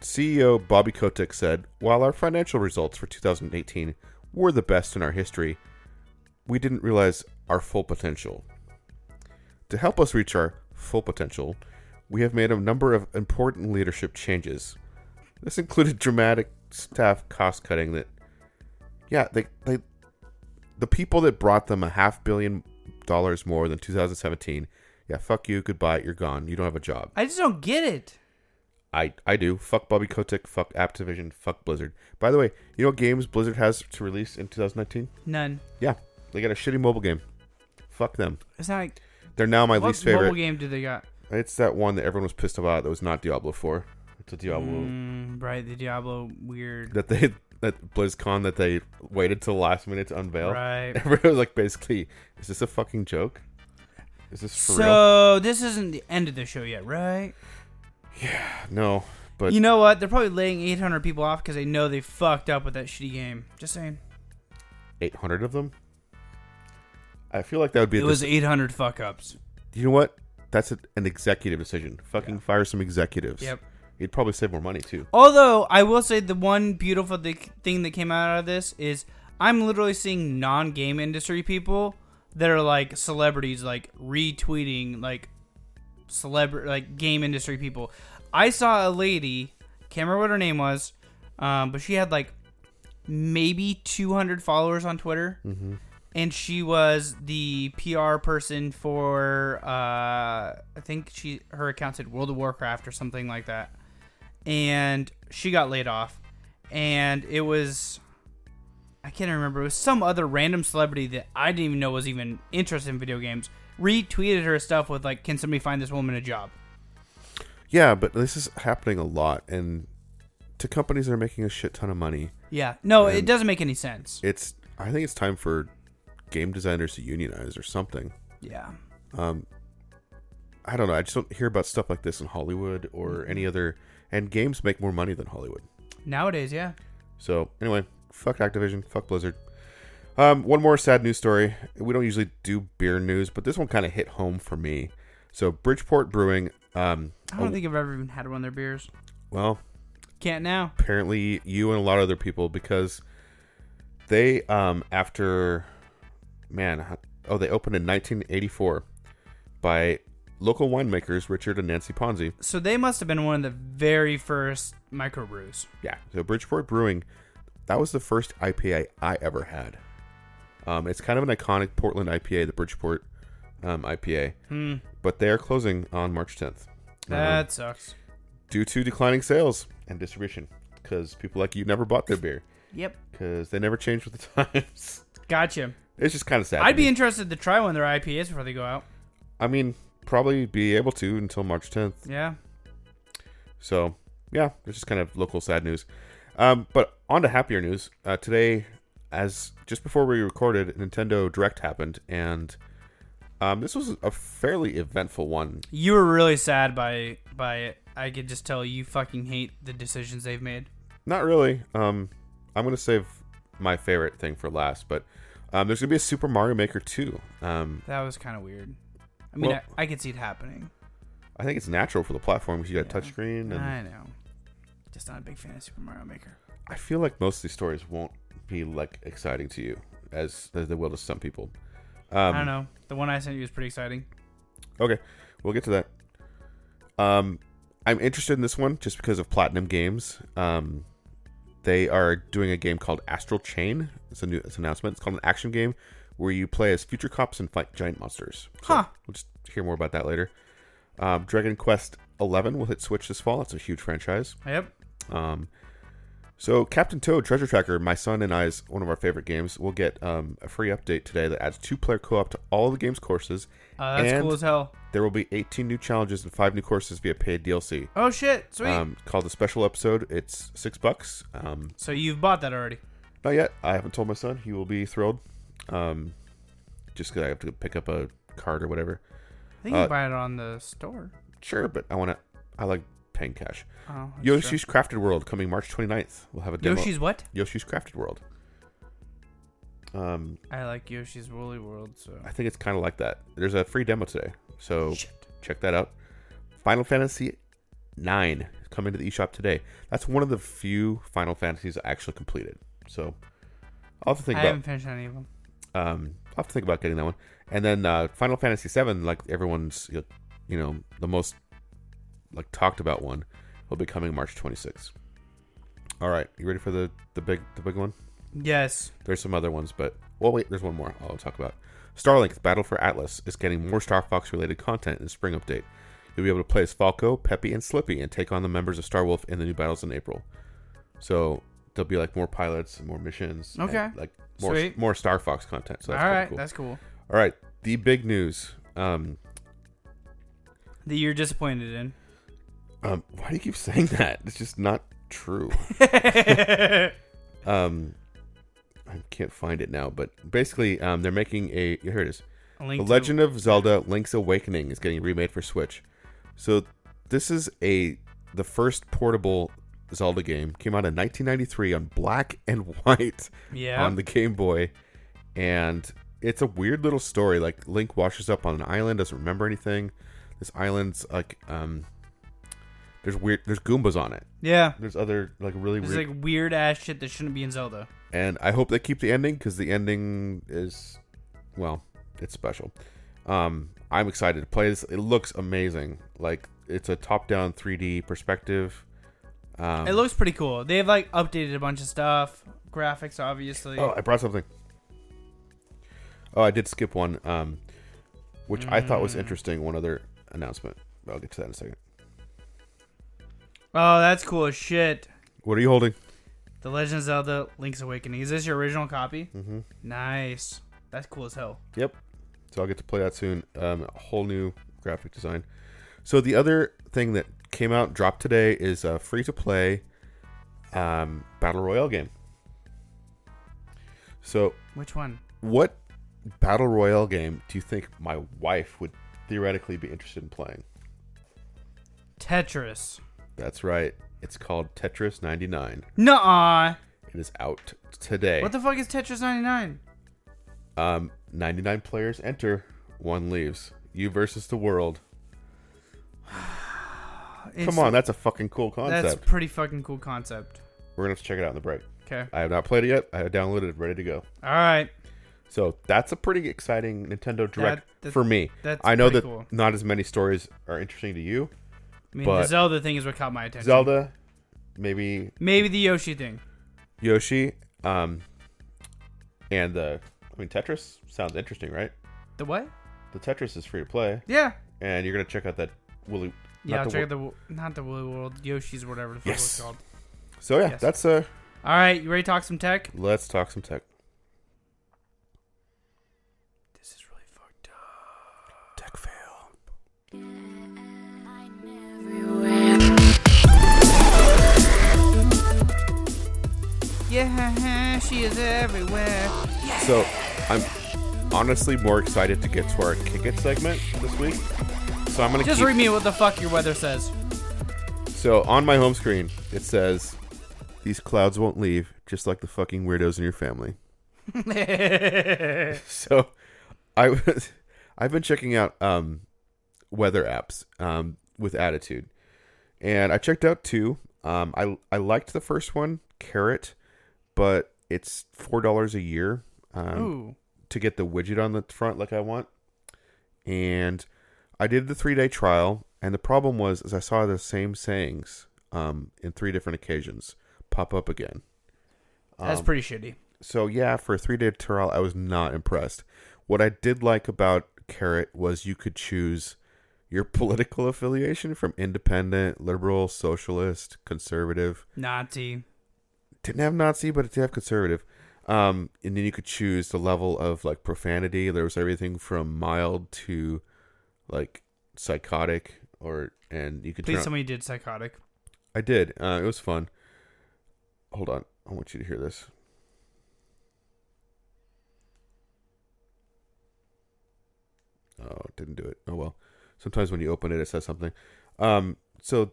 D: CEO E Bobby Kotick said, While our financial results for 2018 were the best in our history, we didn't realize our full potential. To help us reach our full potential, we have made a number of important leadership changes. This included dramatic staff cost cutting that, yeah, they, they, the people that brought them a half billion dollars more than 2017, yeah, fuck you, goodbye, you're gone, you don't have a job.
C: I just don't get it.
D: I I do. Fuck Bobby Kotick. Fuck Activision. Fuck Blizzard. By the way, you know what games Blizzard has to release in 2019?
C: None.
D: Yeah, they got a shitty mobile game. Fuck them.
C: It's not like
D: They're now my
C: what
D: least
C: mobile
D: favorite.
C: game do they got?
D: It's that one that everyone was pissed about that was not Diablo 4. It's a Diablo
C: Mm, right, the Diablo weird.
D: that they that BlizzCon that they waited till the last minute to unveil.
C: Right.
D: Everyone was like, basically, is this a fucking joke? Is this for real?
C: So this isn't the end of the show yet, right?
D: No, but
C: you know what? They're probably laying 800 people off because they know they fucked up with that shitty game. Just saying.
D: 800 of them. I feel like that would be a
C: It was 800 fuck ups.
D: you know what? That's a, an executive decision. Fucking fire some executives.
C: Yep.
D: You'd probably save more money too.
C: Although I will say the one beautiful th- thing that came out of this is I'm literally seeing non-game industry people that are like celebrities like retweeting like celebrity like game industry people. I saw a lady, can't remember what her name was, um, but she had like maybe 200 followers on Twitter, and she was the PR person for uh, I think she her account said World of Warcraft or something like that and she got laid off and it was i can't remember it was some other random celebrity that i didn't even know was even interested in video games retweeted her stuff with like can somebody find this woman a job
D: Yeah, but this is happening a lot, and to companies that are making a shit ton of money,
C: yeah no it doesn't make any sense
D: it's I think it's time for game designers to unionize or something.
C: yeah
D: I don't know. I just don't hear about stuff like this in Hollywood or any other. And games make more money than Hollywood.
C: nowadays yeah
D: So anyway, fuck Activision, fuck Blizzard. Um, one more sad news story. We don't usually do beer news, but this one kind of hit home for me. So Bridgeport Brewing, um,
C: i don't think i've ever even had one of their beers
D: well,
C: can't now
D: apparently you and a lot of other people because they um after man h- oh they opened in 1984 by local winemakers Richard and Nancy Ponzi.
C: so they must have been one of the very first microbrews
D: Yeah. So Bridgeport Brewing, that was the first IPA I ever had. Um, it's kind of an iconic Portland IPA, the Bridgeport um, IPA. But they are closing on March 10th
C: that sucks
D: due to declining sales and distribution because people like you never bought their beer
C: yep
D: because they never changed with the times.
C: gotcha
D: it's just kind of sad. to
C: i'd be
D: me.
C: interested to try one of their ipas before they go out
D: I mean, probably be able to until March 10th.
C: yeah
D: So yeah, it's just kind of local sad news. Um, but on to happier news. Uh, today, as just before we recorded, Nintendo Direct happened, and um, this was a fairly eventful one.
C: You were really sad by by it. I could just tell you fucking hate the decisions they've made.
D: Not really. Um, I'm gonna save my favorite thing for last, but um, there's gonna be a Super Mario Maker 2. Um,
C: That was kind of weird. I mean,
D: Well-
C: I, I could see it happening.
D: I think it's natural for the platform because you got a touchscreen, and
C: I know. Just not a big fan of Super Mario Maker.
D: I feel like most of these stories won't be like exciting to you as, as they will to some people. Um,
C: I don't know. The one I sent you was pretty exciting.
D: Okay, we'll get to that. Um, I'm interested in this one just because of Platinum Games. Um, they are doing a game called Astral Chain. It's a new it's an announcement. It's called an action game where you play as future cops and fight giant monsters. So
C: Huh.
D: We'll just hear more about that later. Um, Dragon Quest 11 will hit Switch this fall. That's a huge franchise.
C: Yep.
D: Um, so Captain Toad Treasure Tracker, my son and I's one of our favorite games, will get um, a free update today that adds two-player co-op to all the game's courses.
C: Uh, that's
D: and
C: cool as hell.
D: there will be 18 new challenges and five new courses via paid DLC.
C: Oh shit! Sweet.
D: Um, called the special episode. It's six bucks. Um,
C: so you've bought that already?
D: not yet. I haven't told my son. He will be thrilled. Um, just because I have to pick up a card or whatever.
C: I think
D: uh,
C: you buy it on the store.
D: Sure, but I want to. I like paying cash.
C: Oh, that's true.
D: Yoshi's Crafted World coming March 29th. We'll have a demo.
C: Yoshi's what?
D: Yoshi's Crafted World. Um,
C: I like Yoshi's Woolly World, so
D: I think it's kind of like that. There's a free demo today, so check that out. Final Fantasy Nine is coming to the eShop today. That's one of the few Final Fantasies I actually completed. So I'll have to think
C: I
D: about.
C: haven't finished any of them.
D: um, I'll have to think about getting that one. And then uh, Final Fantasy VII, like everyone's, you know, you know, the most like talked about one, will be coming March 26th. All right, you ready for the the big the big one?
C: Yes.
D: There's some other ones, but well, wait, there's one more I'll talk about. Starlink: Battle for Atlas is getting more Star Fox related content in the spring update. You'll be able to play as Falco, Peppy, and Slippy, and take on the members of Star Wolf in the new battles in April. So there'll be like more pilots, more missions, and,
C: Okay.
D: like more
C: Sweet.
D: more Star Fox content. So that's
C: All
D: pretty
C: right,
D: cool.
C: that's cool.
D: All right, the big news. Um,
C: That you're disappointed in.
D: um, why do you keep saying that? It's just not true. um, I can't find it now, but basically, um, they're making a here it is.
C: A Link
D: the
C: to-
D: Legend of Zelda: Link's Awakening is getting remade for Switch. So this is a the first portable Zelda game. Came out in 1993 on black and white.
C: yeah.
D: on the Game Boy, and it's a weird little story. Like Link washes up on an island, doesn't remember anything. This island's like um, there's weird, there's Goombas on it.
C: yeah.
D: There's other like really
C: There's
D: weird,
C: like weird ass shit that shouldn't be in Zelda.
D: and I hope they keep the ending because the ending is, well, it's special. Um, I'm excited to play this. It looks amazing. Like it's a top-down 3D perspective. Um,
C: It looks pretty cool. They've like updated a bunch of stuff, graphics obviously.
D: Oh, I brought something. Oh, I did skip one, um, which I thought
C: Mm.
D: was interesting. One other announcement. I'll get to that in a second.
C: Oh, that's cool as shit.
D: What are you holding?
C: The Legend of Zelda: Link's Awakening. Is this your original copy? Mm-hmm. Nice. That's cool as hell.
D: Yep. So I'll get to play that soon. Um, a whole new graphic design. So the other thing that came out, dropped today, is a free to play um, battle royale game. So
C: Which one?
D: what battle royale game do you think my wife would theoretically be interested in playing?
C: Tetris.
D: That's right. It's called Tetris 99.
C: Nuh-uh.
D: It is out today.
C: What the fuck is Tetris 99?
D: um, 99 players enter, one leaves. You versus the world. Come on, that's a fucking cool concept.
C: That's pretty fucking cool concept.
D: We're gonna have to check it out in the break.
C: Okay.
D: I have not played it yet. I have downloaded it, ready to go.
C: All right.
D: So that's a pretty exciting Nintendo Direct
C: that-
D: for me.
C: that's
D: I know that
C: pretty cool.
D: not as many stories are interesting to you.
C: I mean,
D: But-
C: the Zelda thing is what caught my attention.
D: Zelda, maybe
C: Maybe the Yoshi thing.
D: Yoshi, um, and the. I mean, Tetris sounds interesting, right?
C: The what?
D: The Tetris is free to play,
C: Yeah.
D: and you're gonna check out that Willy.
C: Yeah,
D: not
C: I'll
D: the
C: check
D: Wo-
C: out the wo- not the Woolly World Yoshi's or whatever the fuck
D: Yes.
C: it's called.
D: So yeah,
C: Yes.
D: that's uh
C: All right, you ready to talk some tech?
D: let's talk some tech.
C: This is really fucked up.
D: Tech fail.
C: Yeah, she is everywhere.
D: So I'm honestly more excited to get to our kick it segment this week. So I'm gonna
C: Just
D: keep-
C: read me what the fuck your weather says.
D: So on my home screen it says these clouds won't leave, just like the fucking weirdos in your family. so I was I've been checking out um weather apps um with attitude. And I checked out two. Um I I liked the first one, Carrot, but it's four dollars a year. Um
C: Ooh.
D: to get the widget on the front like I want. And I did the three day trial, and the problem was is I saw the same sayings um, in three different occasions pop up again.
C: That's
D: Um,
C: pretty shitty.
D: So yeah, for a three day trial, I was not impressed. What I did like about Carrot was you could choose your political affiliation from independent, liberal, socialist, conservative
C: Nazi.
D: didn't have Nazi, but it did have conservative. Um, and then you could choose the level of like profanity. There was everything from mild to like psychotic, or and you could.
C: Please
D: turn
C: tell
D: on-
C: me you did psychotic.
D: I did. Uh, it was fun. Hold on, I want you to hear this. Oh, it didn't do it. Oh well. Sometimes when you open it, it says something. Um, so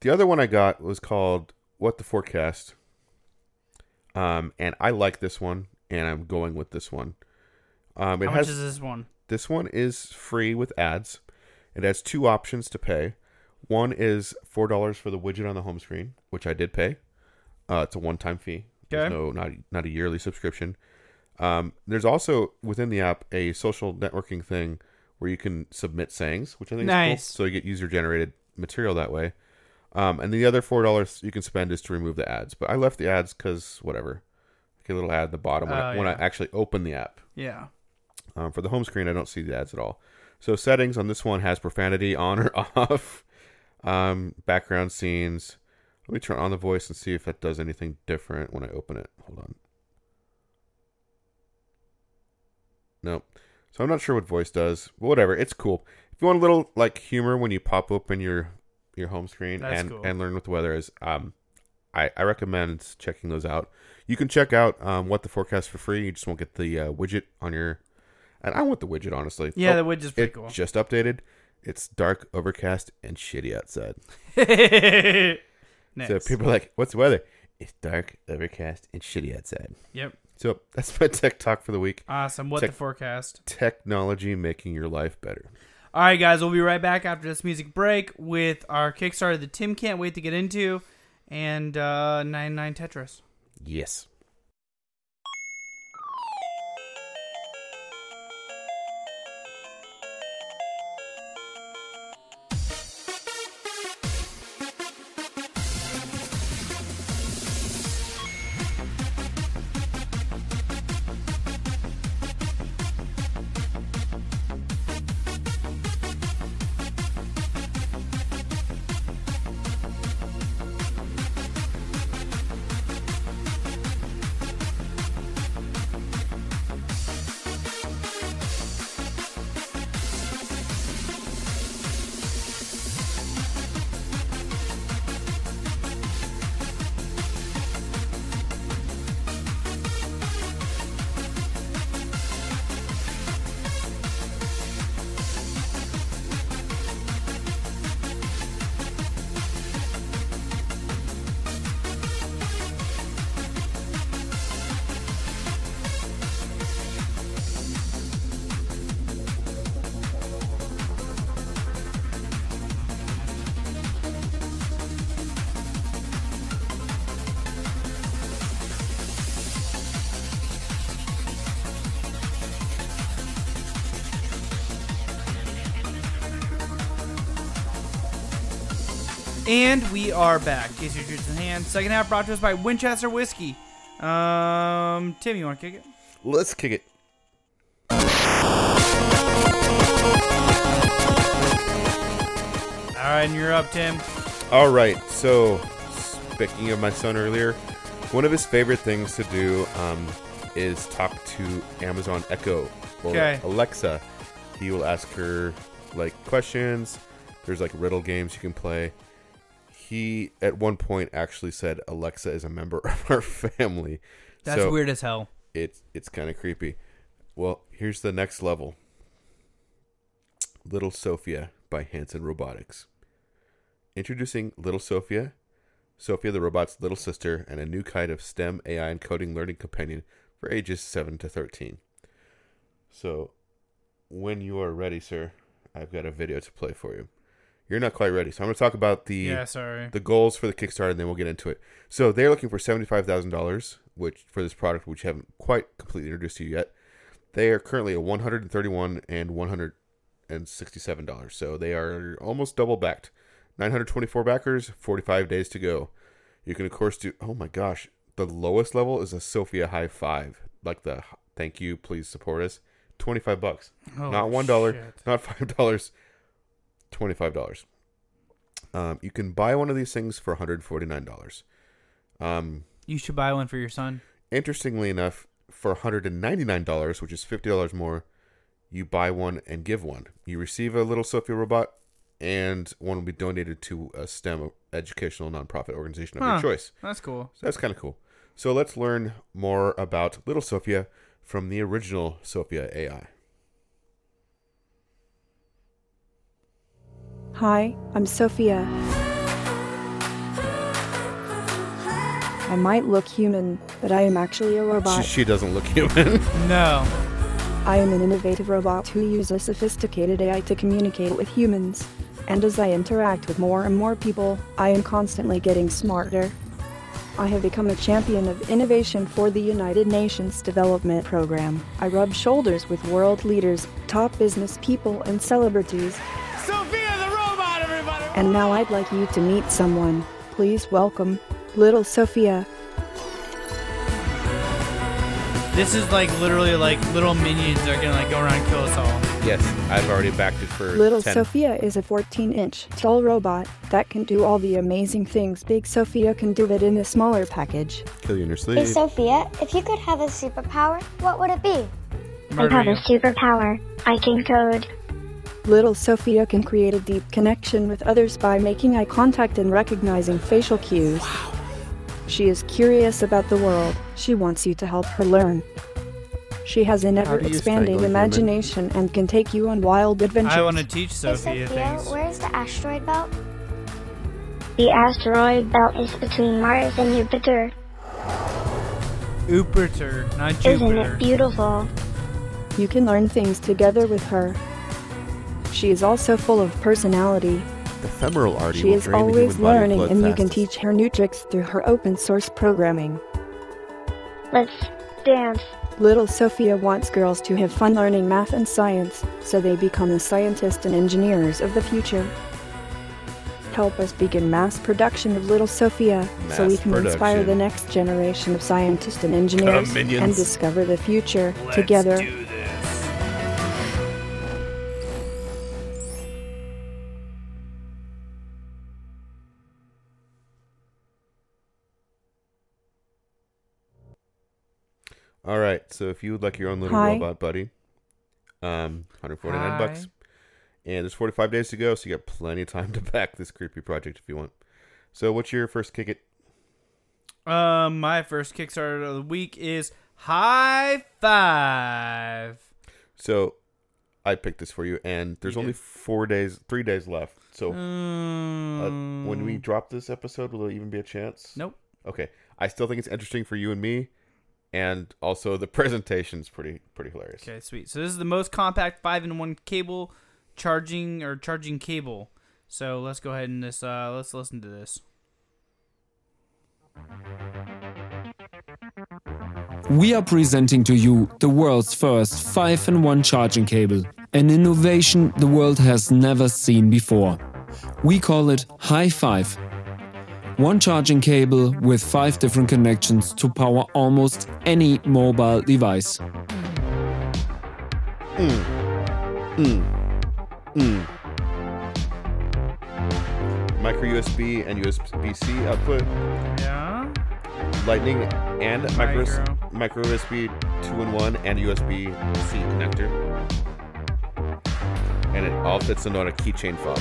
D: the other one I got was called "What the Forecast," um, and I like this one. and I'm going with this one. Um, it
C: How
D: has
C: much is this one?
D: this one is free with ads. It has two options to pay. One is four dollars for the widget on the home screen, which I did pay. Uh, it's a one-time fee. There's
C: Okay.
D: no not not a yearly subscription. Um, there's also within the app a social networking thing where you can submit sayings, which I think
C: Nice.
D: is cool. So you get user-generated material that way. Um, and the other four dollars you can spend is to remove the ads. But I left the ads because whatever. Like a little ad at the bottom when, I,
C: Oh,
D: when I
C: yeah.
D: actually open the app.
C: Yeah.
D: Um, for the home screen, I don't see the ads at all. So settings on this one has profanity on or off. Um, background scenes. Let me turn on the voice and see if that does anything different when I open it. Hold on. Nope. So I'm not sure what voice does, but whatever. It's cool. If you want a little like humor when you pop open your your home screen
C: That's
D: and
C: cool.
D: and learn what the weather is, um, I I recommend checking those out. You can check out um what the forecast for free. You just won't get the uh, widget on your. And I want the widget honestly.
C: Yeah, the
D: Oh,
C: widget's pretty
D: it
C: cool.
D: Just updated. It's dark, overcast, and shitty outside.
C: Next.
D: So people are like, "What's the weather?" It's dark, overcast, and shitty outside.
C: Yep.
D: So that's my tech talk for the week.
C: Awesome. What
D: Tech-
C: the forecast?
D: Technology making your life better.
C: All right, guys. We'll be right back after this music break with our Kickstarter that Tim can't wait to get into, and uh, Nine Nine Tetris.
D: Yes.
C: And we are back. Case your truth in hand. Second half brought to us by Winchester Whiskey. Um, Tim, you want to kick it?
D: Let's kick it.
C: All right, and you're up, Tim.
D: All right. So, speaking of my son earlier, one of his favorite things to do um, is talk to Amazon Echo or
C: Okay.
D: Alexa. He will ask her like questions. There's like riddle games you can play. He at one point actually said Alexa is a member of our family.
C: That's
D: So
C: weird as hell.
D: It's it's kind of creepy. Well, here's the next level. Little Sophia by Hanson Robotics. Introducing Little Sophia, Sophia the robot's little sister, and a new kind of STEM AI and coding learning companion for ages 7 to 13. So, when you are ready, sir, I've got a video to play for you. You're not quite ready, so I'm going to talk about the
C: Yeah, sorry.
D: the goals for the Kickstarter, and then we'll get into it. So they're looking for seventy-five thousand dollars, which for this product, which haven't quite completely introduced to you yet. They are currently at one hundred and thirty-one and one hundred and sixty-seven dollars, so they are almost double backed. Nine hundred twenty-four backers, forty-five days to go. You can of course do. Oh my gosh, the lowest level is a Sophia high five, like the thank you, please support us. Twenty-five bucks,
C: Oh,
D: not one dollar,
C: shit.
D: not five dollars, twenty-five dollars. Um, you can buy one of these things for $149. Um,
C: You should buy one for your son.
D: interestingly enough, for $199, which is $50 more, you buy one and give one. You receive a little Sophia robot, and one will be donated to a STEM educational nonprofit organization of
C: Huh.
D: your choice.
C: That's cool.
D: So that's kind of cool. So let's learn more about Little Sophia from the original Sophia AI.
H: Hi, I'm Sophia. I might look human, but I am actually a
D: She,
H: robot.
D: she doesn't look human.
C: No.
H: I am an innovative robot who uses sophisticated AI to communicate with humans. And as I interact with more and more people, I am constantly getting smarter. I have become a champion of innovation for the United Nations Development Program. I rub shoulders with world leaders, top business people, and celebrities.
C: Sophia the robot, everybody.
H: And now I'd like you to meet someone. Please welcome Little Sophia.
C: This is like literally like little minions are gonna like go around and kill us all.
D: yes, I've already backed it for
H: Little
D: 10.
H: Sophia is a 14 inch tall robot that can do all the amazing things Big Sophia can do, but in a smaller package.
D: Kill you in your
I: Hey,
D: sleep.
I: Sophia, if you could have a superpower, what would it be?
C: Murder you.
I: superpower. I can code.
H: Little Sophia can create a deep connection with others by making eye contact and recognizing facial cues. She is curious about the world, she wants you to help her learn. She has an
D: How
H: ever
D: do you
H: expanding
D: strangle a human?
H: imagination and can take you on wild adventures.
C: I want to teach Sophia things.
I: where's the asteroid belt?
J: The asteroid belt is between Mars and Jupiter.
C: Jupiter, not
J: Isn't
C: Jupiter.
J: it beautiful?
H: You can learn things together with her. She is also full of personality.
D: The femoral artery
H: She
D: will
H: is
D: drain the
H: always
D: human body of
H: learning,
D: blood
H: and you can
D: fastest.
H: teach her new tricks through her open source programming.
J: Let's dance.
H: Little Sophia wants girls to have fun learning math and science, so they become the scientists and engineers of the future. Help us begin mass production of Little Sophia so we
D: Mass
H: can inspire
D: production.
H: the next generation of scientists and engineers
D: Come, minions.
H: and discover the future
C: Let's
H: together.
C: do this.
D: All right, so if you would like your own little
H: Hi.
D: robot buddy, um, 149 bucks,
C: Hi.
D: and there's 45 days to go, so you got plenty of time to back this creepy project if you want. So, what's your first kick? It
C: Um, my first Kickstarter of the week is High Five.
D: so I picked this for you, and there's only four days, three days left. So, Oh. uh, when we drop this episode, will there even be a chance?
C: Hmm. Mm. Nope.
D: Okay, I still think it's interesting for you and me, and also the presentation's pretty pretty hilarious.
C: Okay, sweet. So this is the most compact five in one cable charging or charging cable. So let's go ahead and this. Uh, let's listen to this.
K: We are presenting to you the world's first 5 in 1 charging cable, an innovation the world has never seen before. We call it High 5. One charging cable with 5 different connections to power almost any mobile device.
D: Micro USB and USB C output.
C: Yeah.
D: Lightning and micro
C: Micro.
D: micro USB two in one and USB C connector. And it all fits in on a keychain fob.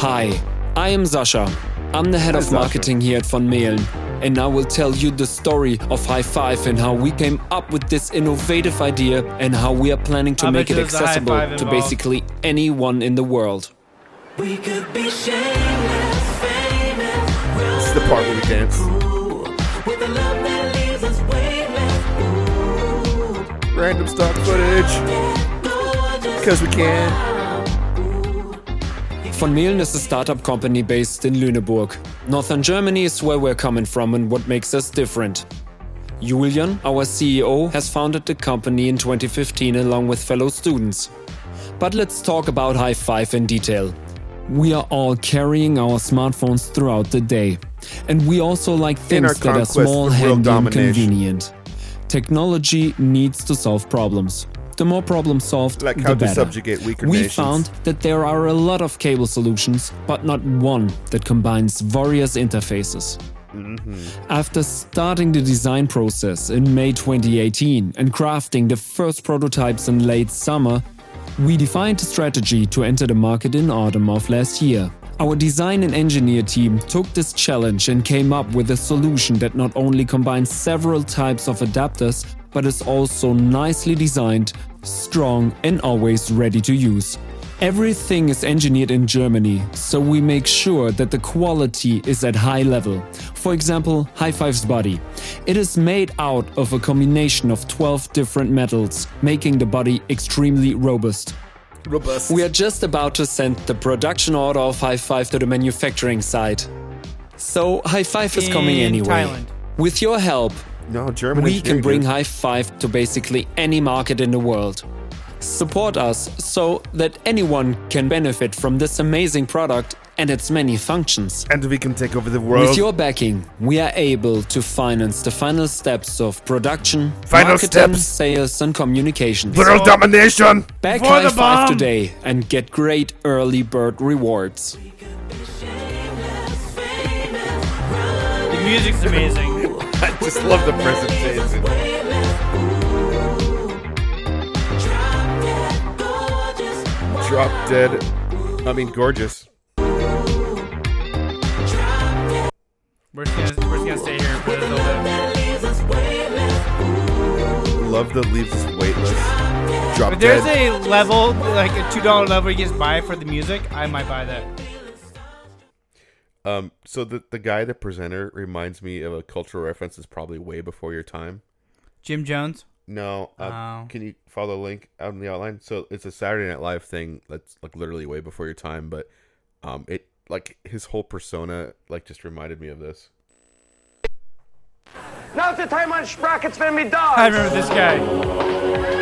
K: Hi, I am Sasha. I'm the head of
D: Sascha.
K: marketing here at Von Mehlen, and I will tell you the story of High Five and how we came up with this innovative idea and how we are planning to
C: I bet
K: make it
C: you there's a high
K: accessible
C: five
K: to
C: involved.
K: basically anyone in the world.
D: This is the part where we dance. Random stock footage. Because we can.
K: Von Mehlen is a startup company based in Lüneburg. Northern Germany is where we're coming from and what makes us different. Julian, our CEO, has founded the company in 2015 along with fellow students. But let's talk about High Five in detail. We are all carrying our smartphones throughout the day. And we also like
D: In our
K: things that are
D: conquest
K: small,
D: of world
K: handy, and
D: domination.
K: convenient. Technology needs to solve problems. The more problems solved,
D: Like
K: the
D: how to
K: better.
D: subjugate weaker
K: We
D: nations.
K: found that there are a lot of cable solutions, but not one that combines various interfaces. After starting the design process in May 2018 and crafting the first prototypes in late summer, we defined a strategy to enter the market in autumn of last year. Our design and engineer team took this challenge and came up with a solution that not only combines several types of adapters, but is also nicely designed, strong, and always ready to use. Everything is engineered in Germany, so we make sure that the quality is at high level. For example, High Five's body. It is made out of a combination of 12 different metals, making the body extremely robust.
L: Robust.
K: We are just about to send the production order of High Five to the manufacturing site. So High Five is coming
C: In
K: anyway.
C: Thailand.
K: With your help,
D: no, German
K: we
D: engineering,
K: can bring
D: dude.
K: High Five to basically any market in the world. Support us so that anyone can benefit from this amazing product and its many functions.
D: And we can take over the world.
K: With your backing, we are able to finance the final steps of production,
D: Final
K: marketing,
D: steps.
K: sales, and communications.
D: World domination.
K: Back
D: For
K: high
D: the
K: five
D: bomb.
K: today and get great early bird rewards.
C: The music's amazing.
D: I just love the presentation. Drop dead. I mean, gorgeous.
C: We're just gonna, we're just gonna stay here for a little
D: Love that leaves us weightless. Drop
C: If there's
D: dead.
C: a level, like a two dollar level, you just buy for the music. I might buy that.
D: Um, so the the guy, the presenter, reminds me of a cultural reference that's probably way before your time.
C: Jim Jones.
D: No, uh,
C: Oh.
D: can you follow the link out in the outline? So it's a Saturday Night Live thing that's like literally way before your time, but um, it like his whole persona like just reminded me of this.
M: Now's the time on Sprockets, wenn we dogs.
C: I remember this guy.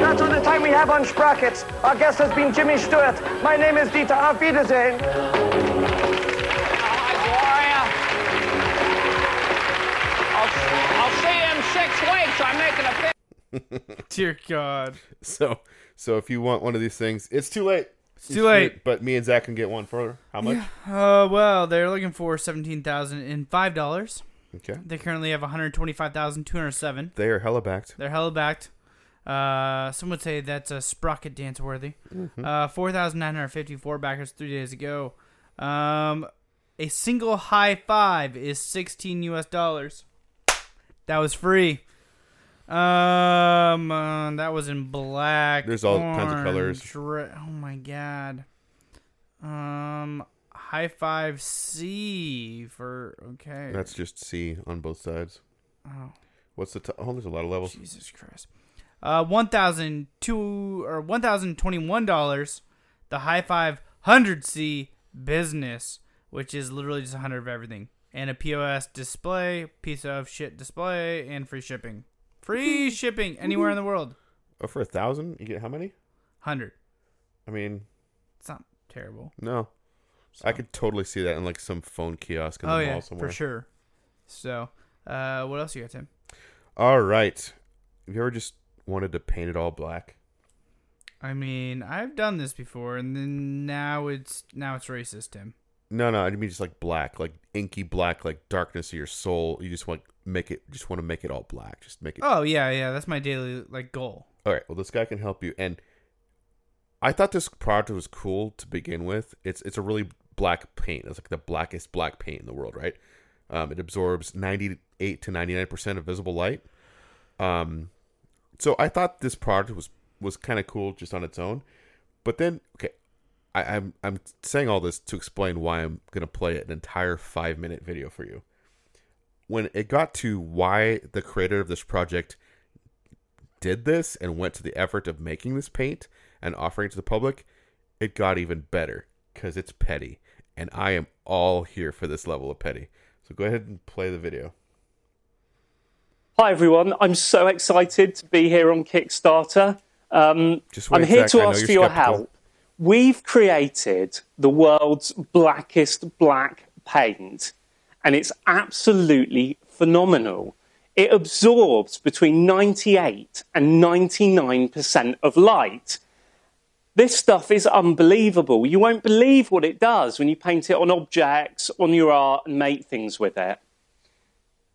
M: That's all the time we have on Sprockets. Our guest has been Jimmy Stewart. My name is Dieter. Auf Wiedersehen.
N: I'll see you in six weeks. I'm making a big
C: Dear God.
D: So so if you want one of these things, it's too late. It's
C: too late.
D: But me and Zach can get one for how much?
C: Uh, well, they're looking for seventeen thousand and five dollars.
D: Okay.
C: They currently have one hundred twenty-five thousand two hundred seven.
D: They are hella backed.
C: They're hella backed. Uh, some would say that's a sprocket dance worthy.
D: Mm-hmm.
C: Uh, four thousand nine hundred fifty-four backers three days ago. Um, a single high five is sixteen U.S. dollars. That was free. Um, uh, that was in black.
D: There's all kinds of
C: orange,
D: colors.
C: re- oh my god. Um, high five C for okay.
D: That's just C on both sides.
C: Oh.
D: What's the t- oh? There's a lot of levels.
C: Jesus Christ. Uh, one thousand two or one thousand twenty-one dollars. The high five hundred C business, which is literally just a hundred of everything, and a POS display, piece of shit display, and free shipping. Free shipping anywhere in the world.
D: Oh, for a thousand, you get how many?
C: Hundred.
D: I mean,
C: It's not terrible.
D: no. I could totally see that in like some phone kiosk in the
C: Oh
D: mall
C: yeah,
D: somewhere.
C: for sure. So, uh, what else you got, Tim?
D: All right. Have you ever just wanted to paint it all black?
C: I mean, I've done this before, and then now it's now it's racist, Tim.
D: No, no. I mean just like black, like inky black, like darkness of your soul. You just want make it. Just want to make it all black. Just make it.
C: Oh yeah, yeah. That's my daily like goal.
D: All right. Well, this guy can help you. And I thought this product was cool to begin with. It's it's a really black paint. It's like the blackest black paint in the world, right? Um, it absorbs ninety eight to ninety nine percent of visible light. Um, so I thought this product was was kind of cool just on its own. But then, okay, I, I'm I'm saying all this to explain why I'm gonna play an entire five minute video for you. When it got to why the creator of this project did this and went to the effort of making this paint and offering it to the public, it got even better because it's petty. And I am all here for this level of petty. So go ahead and play the video.
O: Hi everyone, I'm so excited to be here on Kickstarter. Um,
D: Just wait
O: I'm
D: a
O: here
D: sec, I
O: to
D: know
O: ask
D: you're
O: for your
D: skeptical.
O: help. We've created the world's blackest black paint, and it's absolutely phenomenal. It absorbs between 98 and 99% of light. This stuff is unbelievable. You won't believe what it does when you paint it on objects, on your art, and make things with it.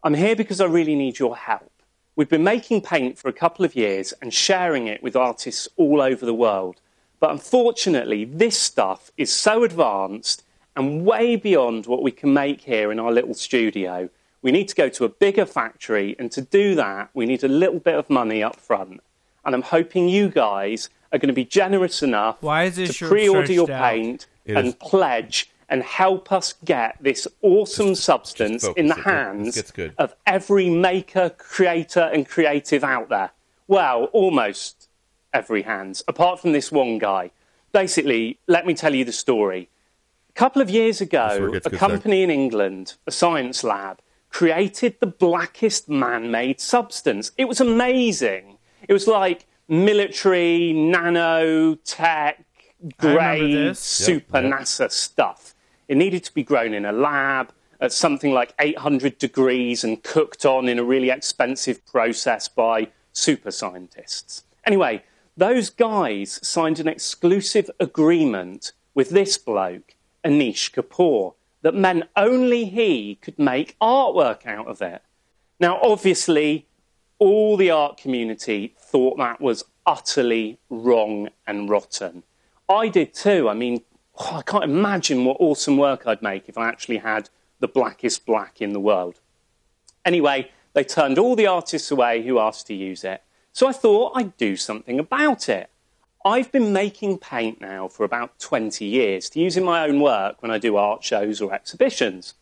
O: I'm here because I really need your help. We've been making paint for a couple of years and sharing it with artists all over the world. But unfortunately, this stuff is so advanced and way beyond what we can make here in our little studio. We need to go to a bigger factory, and to do that, we need a little bit of money up front. and I'm hoping you guys are going to be generous enough
C: Why is this
O: to
C: shirt
O: pre-order your
C: stretched out?
O: paint
D: It
O: and
D: is-
O: pledge and help us get this awesome substance in the hands
D: gets good.
O: of every maker, creator, and creative out there. Well, almost every hand, apart from this one guy. Basically, let me tell you the story. A couple of years
D: where it
O: ago,
D: gets
O: a
D: good,
O: company in England, a science lab, created the blackest man made substance. It was amazing. It was like military, nanotech, grey,
L: this.
O: super
L: Yep, yep.
O: NASA stuff. It needed to be grown in a lab at something like 800 degrees and cooked on in a really expensive process by super scientists. Anyway, those guys signed an exclusive agreement with this bloke, Anish Kapoor, that meant only he could make artwork out of it. Now, obviously, all the art community thought that was utterly wrong and rotten. I did too. I mean, oh, I can't imagine what awesome work I'd make if I actually had the blackest black in the world. Anyway, they turned all the artists away who asked to use it. So I thought I'd do something about it. I've been making paint now for about 20 years to use in my own work when I do art shows or exhibitions.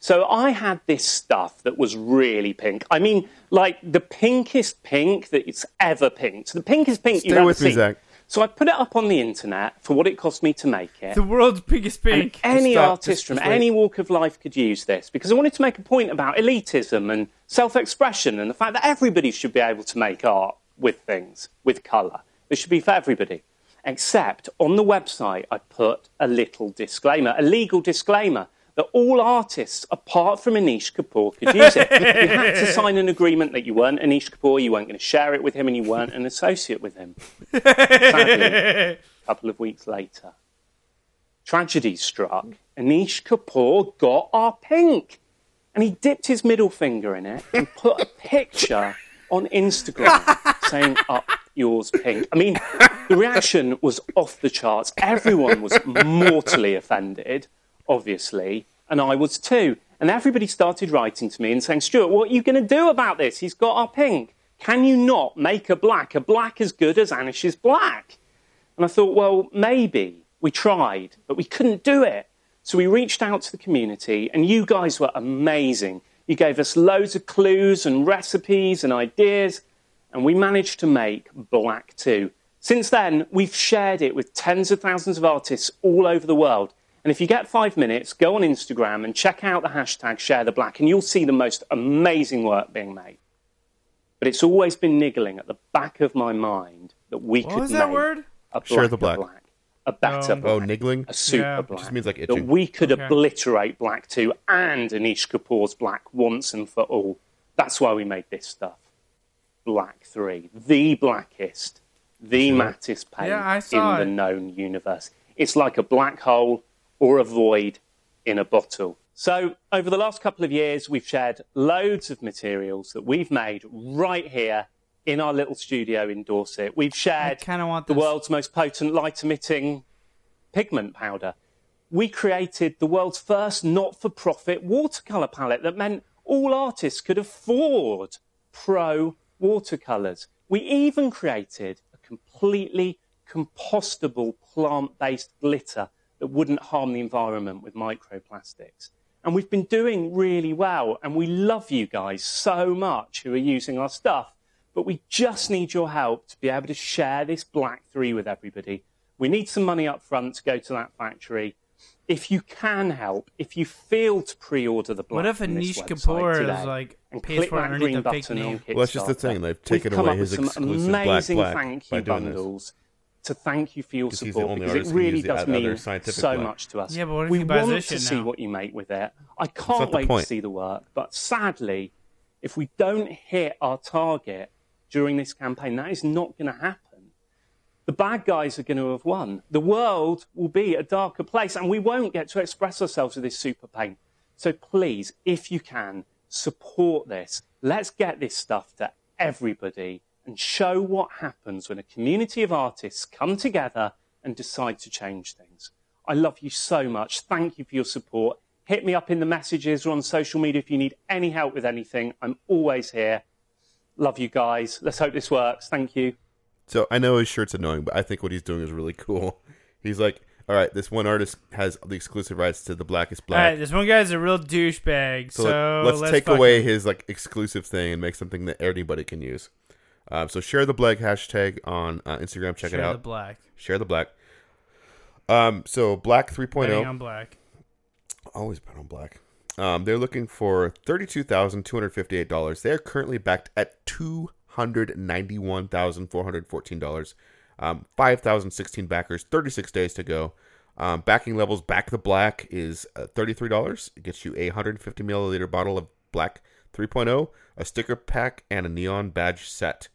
O: So I had this stuff that was really pink. I mean, like the pinkest pink that it's ever pinked. The pinkest pink
D: Stay
O: you've
D: with
O: ever
D: me,
O: seen.
D: Zach.
O: So I put it up on the internet for what it cost me to make it.
C: The world's biggest
O: And
C: pink.
O: any artist from any walk of life could use this because I wanted to make a point about elitism and self expression and the fact that everybody should be able to make art with things, with colour. This should be for everybody. Except on the website, I put a little disclaimer, a legal disclaimer, that all artists, apart from Anish Kapoor, could use it. you had to sign an agreement that you weren't Anish Kapoor, you weren't going to share it with him, and you weren't an associate with him. Sadly, a couple of weeks later, tragedy struck. Anish Kapoor got our pink. And he dipped his middle finger in it and put a picture on Instagram saying, Up yours pink. I mean, the reaction was off the charts. Everyone was mortally offended, obviously, and I was too. And everybody started writing to me and saying, Stuart, what are you going to do about this? He's got our pink. Can you not make a black? A black as good as Anish's black. And I thought, well, maybe we tried, but we couldn't do it. So we reached out to the community, and you guys were amazing. You gave us loads of clues and recipes and ideas, and we managed to make Black 2. Since then, we've shared it with tens of thousands of artists all over the world. And if you get five minutes, go on Instagram and check out the hashtag ShareTheBlack, and you'll see the most amazing work being made. But it's always been niggling at the back of my mind that we
C: What
O: could
C: was that
O: make
C: word?
O: a
D: Share
O: black,
D: the black.
O: A, black, a batter
D: Um,
O: black,
D: Oh, niggling?
O: a super
D: Yeah.
O: black.
D: Just means like
O: that
D: itching.
O: we could
D: Okay.
O: obliterate black two and Anish Kapoor's black once and for all. That's why we made this stuff. Black three, the blackest, the mattest paint
C: Yeah, I
O: in
C: saw
O: the
C: it.
O: known universe. It's like a black hole or a void in a bottle. So, over the last couple of years, we've shared loads of materials that we've made right here in our little studio in Dorset. We've shared the world's most potent light emitting pigment powder. We created the world's first not for profit watercolour palette that meant all artists could afford pro watercolours. We even created a completely compostable plant based glitter that wouldn't harm the environment with microplastics. And we've been doing really well, and we love you guys so much who are using our stuff. But we just need your help to be able to share this Black 3 with everybody. We need some money up front to go to that factory. If you can help, if you feel to pre order the Black
C: What if
O: from this
C: Anish
O: website
C: Kapoor
O: today
C: is like
O: and
C: pays
O: click
C: for it
O: that
C: underneath
O: green
C: a fake
O: button on
D: Well, that's just the
O: Kickstarter,
D: thing. They've taken
O: We've come
D: away
O: up
D: his
O: with some
D: exclusive Black
O: amazing
D: Black
O: thank
D: by
O: you
D: doing this.
O: bundles to thank you for your
D: Because he's the
O: support
D: only
O: because
D: artist
O: it
D: who can
O: really
D: use the
O: does
D: other
O: mean
D: scientific
O: so
D: Black.
O: much to us.
C: Yeah, but what if
O: we
C: he buys
O: want
C: this
O: to
C: shit
O: see
C: now?
O: what you make with it. I
D: not
O: can't
D: the
O: wait to
D: point.
O: see the work, but sadly, if we don't hit our target during this campaign, that is not going to happen the bad guys are going to have won. The world will be a darker place, and we won't get to express ourselves with this super pain. So please, if you can, support this. Let's get this stuff to everybody and show what happens when a community of artists come together and decide to change things. I love you so much. Thank you for your support. Hit me up in the messages or on social media if you need any help with anything. I'm always here. Love you guys. Let's hope this works. Thank you.
D: So I know his shirt's annoying, but I think what he's doing is really cool. He's like, all right, this one artist has the exclusive rights to the blackest
C: All
D: black.
C: right, this one guy's a real douchebag. So,
D: So, let,
C: let's,
D: let's, take
C: fuck
D: away
C: him.
D: his like exclusive thing and make something that anybody can use. Um, so share the black hashtag on uh, Instagram. Check
C: Share
D: it
C: the
D: out.
C: black.
D: Share the black. Um, so black oh. 3.0.
C: Betting on black.
D: Always bet on black. Um, they're looking for thirty-two thousand two hundred fifty-eight dollars. They are currently backed at two hundred ninety-one thousand four hundred fourteen dollars. Um, Five thousand sixteen backers. Thirty-six days to go. Um, backing levels. Back the black is uh, thirty-three dollars. It gets you a hundred and fifty milliliter bottle of black 3.0, a sticker pack, and a neon badge set.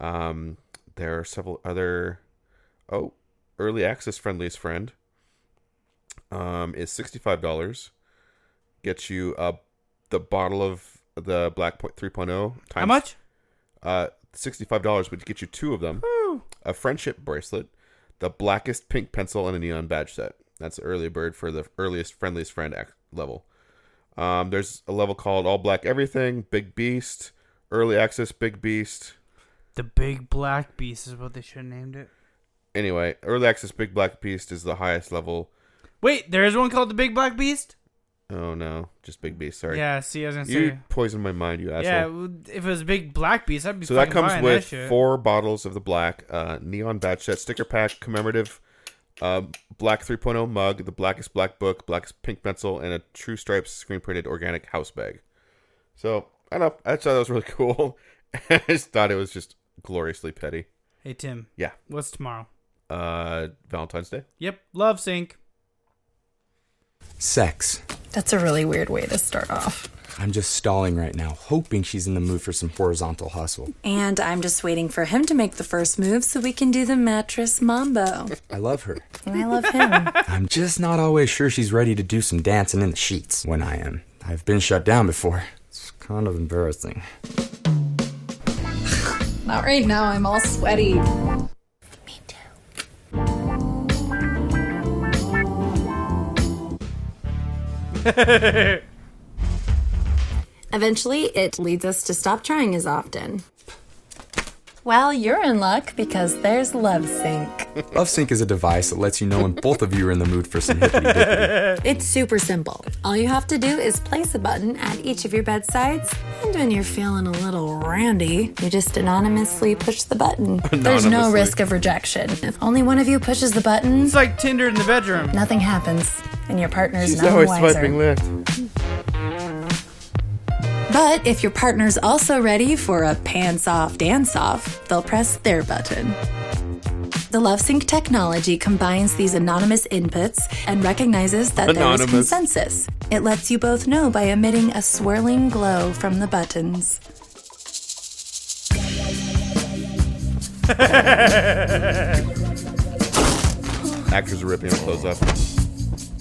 D: Um, there are several other. Oh, early access friendliest friend um, is sixty five dollars. Gets you uh, the bottle of the Black Point 3.0. Times, How
C: much?
D: Uh, sixty five dollars would get you two of them.
C: Woo.
D: A friendship bracelet, the blackest pink pencil, and a neon badge set. That's the early bird for the earliest friendliest friend ac- level. Um, there's a level called All Black Everything, Big Beast, Early Access Big Beast.
C: The big black beast is what they should have named it.
D: Anyway, Early Access Big Black Beast is the highest level.
C: Wait, there is one called the big black beast.
D: Oh no, just Big Beast. Sorry.
C: Yeah, see, I was gonna
D: you
C: say-
D: poisoned my mind, you asshole.
C: Yeah, it would- if it was big black beast, I'd be.
D: so that
C: fucking
D: comes
C: buying
D: with
C: that shit.
D: four bottles of the black uh, neon badge set sticker pack commemorative um, black 3.0 mug the blackest black book blackest pink pencil and a true stripes screen printed organic house bag so i don't know i just thought that was really cool i just thought it was just gloriously petty
C: Hey Tim.
D: Yeah.
C: What's tomorrow?
D: uh valentine's day
C: Yep. Love sync.
L: Sex.
P: That's a really weird way to start off.
L: I'm just stalling right now, hoping she's in the mood for some horizontal hustle.
P: And I'm just waiting for him to make the first move so we can do the mattress mambo.
L: I love her.
P: And I love him.
L: I'm just not always sure she's ready to do some dancing in the sheets when I am. I've been shut down before. It's kind of embarrassing.
P: Not right now, I'm all sweaty. Eventually, it leads us to stop trying as often. Well, you're in luck because there's love sync.
L: LoveSync is a device that lets you know when both of you are in the mood for some hippity dippity.
P: it's super simple. All you have to do is place a button at each of your bedsides, and when you're feeling a little randy, you just anonymously push the button. There's no
C: Anonymously.
P: risk of rejection. If only one of you pushes the button, it's
C: like Tinder in the bedroom.
P: Nothing happens, and your partner's
D: she's
P: not
D: always
P: wiser.
D: swiping left
P: But if your partner's also ready for a pants off dance off, they'll press their button. The LoveSync technology combines these anonymous inputs and recognizes that there is
D: Anonymous.
P: consensus. It lets you both know by emitting a swirling glow from the buttons.
D: actors are ripping their clothes off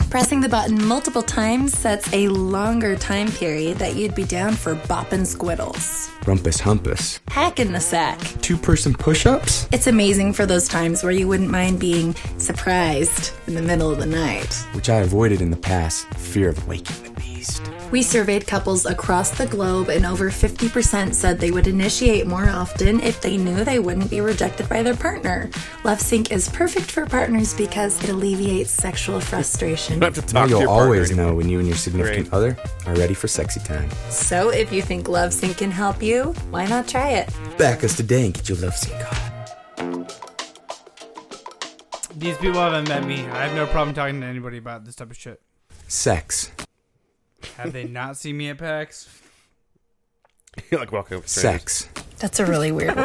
P: Pressing the button multiple times sets a longer time period that you'd be down for bopping squiddles.
L: Rumpus humpus.
P: Hack in the sack.
L: Two person push ups?
P: It's amazing for those times where you wouldn't mind being surprised in the middle of the night.
L: Which I avoided in the past, fear of waking the beast.
P: We surveyed couples across the globe, and over 50% said they would initiate more often if they knew they wouldn't be rejected by their partner. Love Sync is perfect for partners because it alleviates sexual frustration.
L: Now
D: to your
L: you'll
D: partner
L: always know when you and your significant other are ready for sexy time.
P: So, if you think Love Sync can help you, why not try it?
L: Back us today and get your LoveSync on.
C: These people haven't met me. I have no problem talking to anybody about this type of shit.
L: Sex.
C: Have they not seen me at PAX?
D: you like walking up
L: Sex.
P: That's a really weird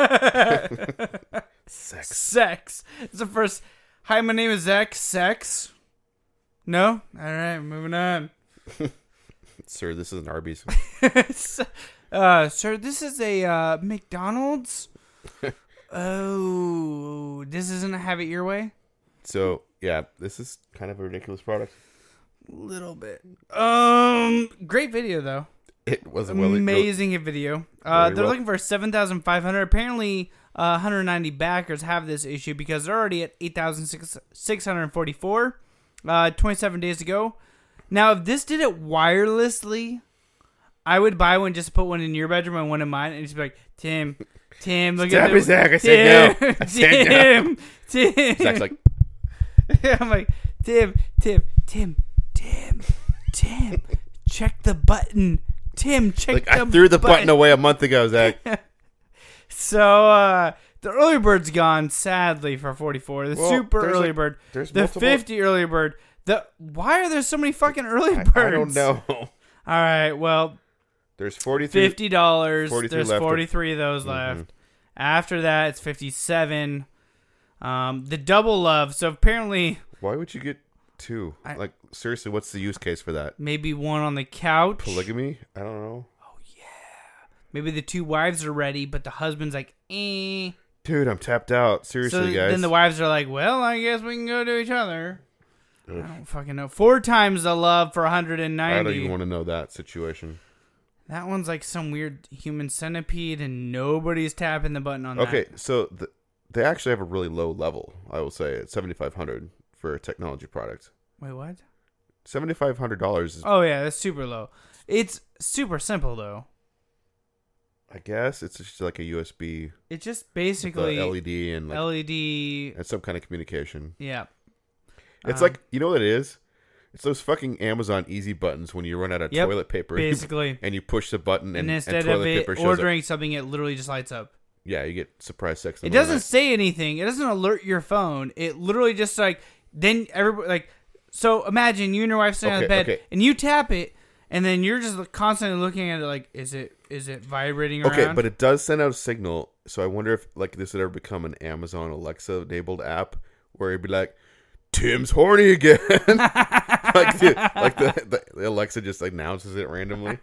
D: Sex.
C: Sex. It's the first. Hi, my name is Zach. Sex. No. All right, moving on.
D: sir this is an arby's
C: uh, sir, this is a uh, McDonald's. oh, this isn't a have it your way.
D: so yeah this is kind of a ridiculous product
C: Little bit. Um, great video though.
D: it was a well
C: amazing video. Uh,
D: Very
C: they're
D: well-
C: looking for seven thousand five hundred. Apparently, uh, one hundred ninety backers have this issue because they're already at eight thousand six hundred forty-four. Uh, twenty-seven days ago. Now, if this did it wirelessly, I would buy one just to put one in your bedroom and one in mine, and just be like, Tim, Tim, look
D: Stop
C: at the-
D: it, Zach. I said no. I said no.
C: Tim, Tim.
D: Zach's like-
C: I'm like, Tim, Tim, Tim, Tim, Tim. check the button, Tim. Check
D: Like
C: the
D: I threw the button away a month ago, Zach.
C: So uh the early bird's gone, sadly, for 44. The
D: Well,
C: super
D: there's
C: early
D: like-
C: bird, the
D: there's multiple-
C: 50 early bird. The why are there so many fucking early birds?
D: I don't know.
C: All right, well,
D: There's 43
C: fifty dollars.
D: 43
C: There's
D: left.
C: forty three of those
D: Mhm.
C: left. After that, it's fifty seven. Um, the double love. So apparently,
D: Why would you get two? like seriously, what's the use case for that?
C: maybe one on the couch.
D: Polygamy? I don't know.
C: Maybe the two wives are ready, but the husband's like, eh.
D: Dude, I'm tapped out. Seriously,
C: so
D: guys.
C: then the wives are like, well, I guess we can go to each other.
D: Ugh.
C: I don't fucking know. Four times the love for
D: I don't even
C: 190.
D: want to know that situation.
C: That one's like some weird human centipede, and nobody's tapping the button on that.
D: Okay, so the, they actually have a really low level. I will say at 7,500 for a technology product.
C: Wait, what?
D: $7,500 is,
C: Oh, yeah, that's super low. It's super simple, though.
D: I guess, it's just like a USB,
C: It's just
D: the
C: basically
D: LED, and like
C: LED.
D: and some kind of communication.
C: Yeah.
D: It's
C: Um,
D: like you know what it is. It's those fucking Amazon easy buttons when you run out of
C: Yep,
D: toilet paper,
C: basically.
D: and you push the button, and,
C: And,
D: and
C: instead
D: toilet
C: of it
D: paper shows up.
C: ordering something, it literally just lights up.
D: Yeah, you get surprise sex. in
C: It
D: the middle of
C: doesn't say anything. It doesn't alert your phone. It literally just like then everybody like so imagine you and your wife sitting on the
D: Okay,
C: bed
D: okay.
C: and you tap it and then you're just constantly looking at it like is it is it vibrating
D: the night. Okay,
C: around?
D: but it does send out a signal. So I wonder if like this would ever become an Amazon Alexa enabled app where it'd be like, "Tim's horny again," like the, like the, the Alexa just announces it randomly.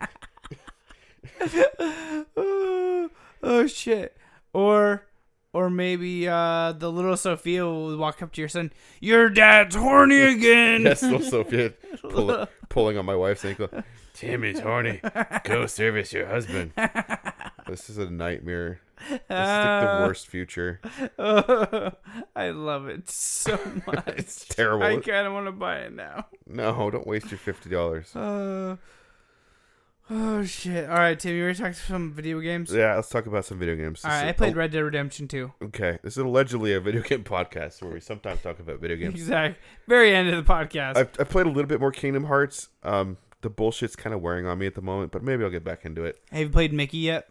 C: oh, oh, shit. Or or maybe uh the little Sophia will walk up to your son, Your dad's horny again.
D: Yes, little Sophia pull, pulling on my wife's ankle. Tim is horny. Go service your husband. This is a nightmare. This is like the
C: Ah.
D: worst future.
C: I love it so much.
D: It's terrible.
C: I kinda wanna buy it now.
D: No, don't waste your fifty dollars.
C: Uh, oh shit! All right, Tim, you ready to talk some video games?
D: Yeah, let's talk about some video games.
C: All right, I played Red Dead Redemption 2.
D: Okay, this is allegedly a video game podcast where we sometimes talk about video games.
C: Exact. Very end of the podcast.
D: I've, I've played a little bit more Kingdom Hearts. Um, the bullshit's kind of wearing on me at the moment, but maybe I'll get back into it.
C: Have you played Mickey yet?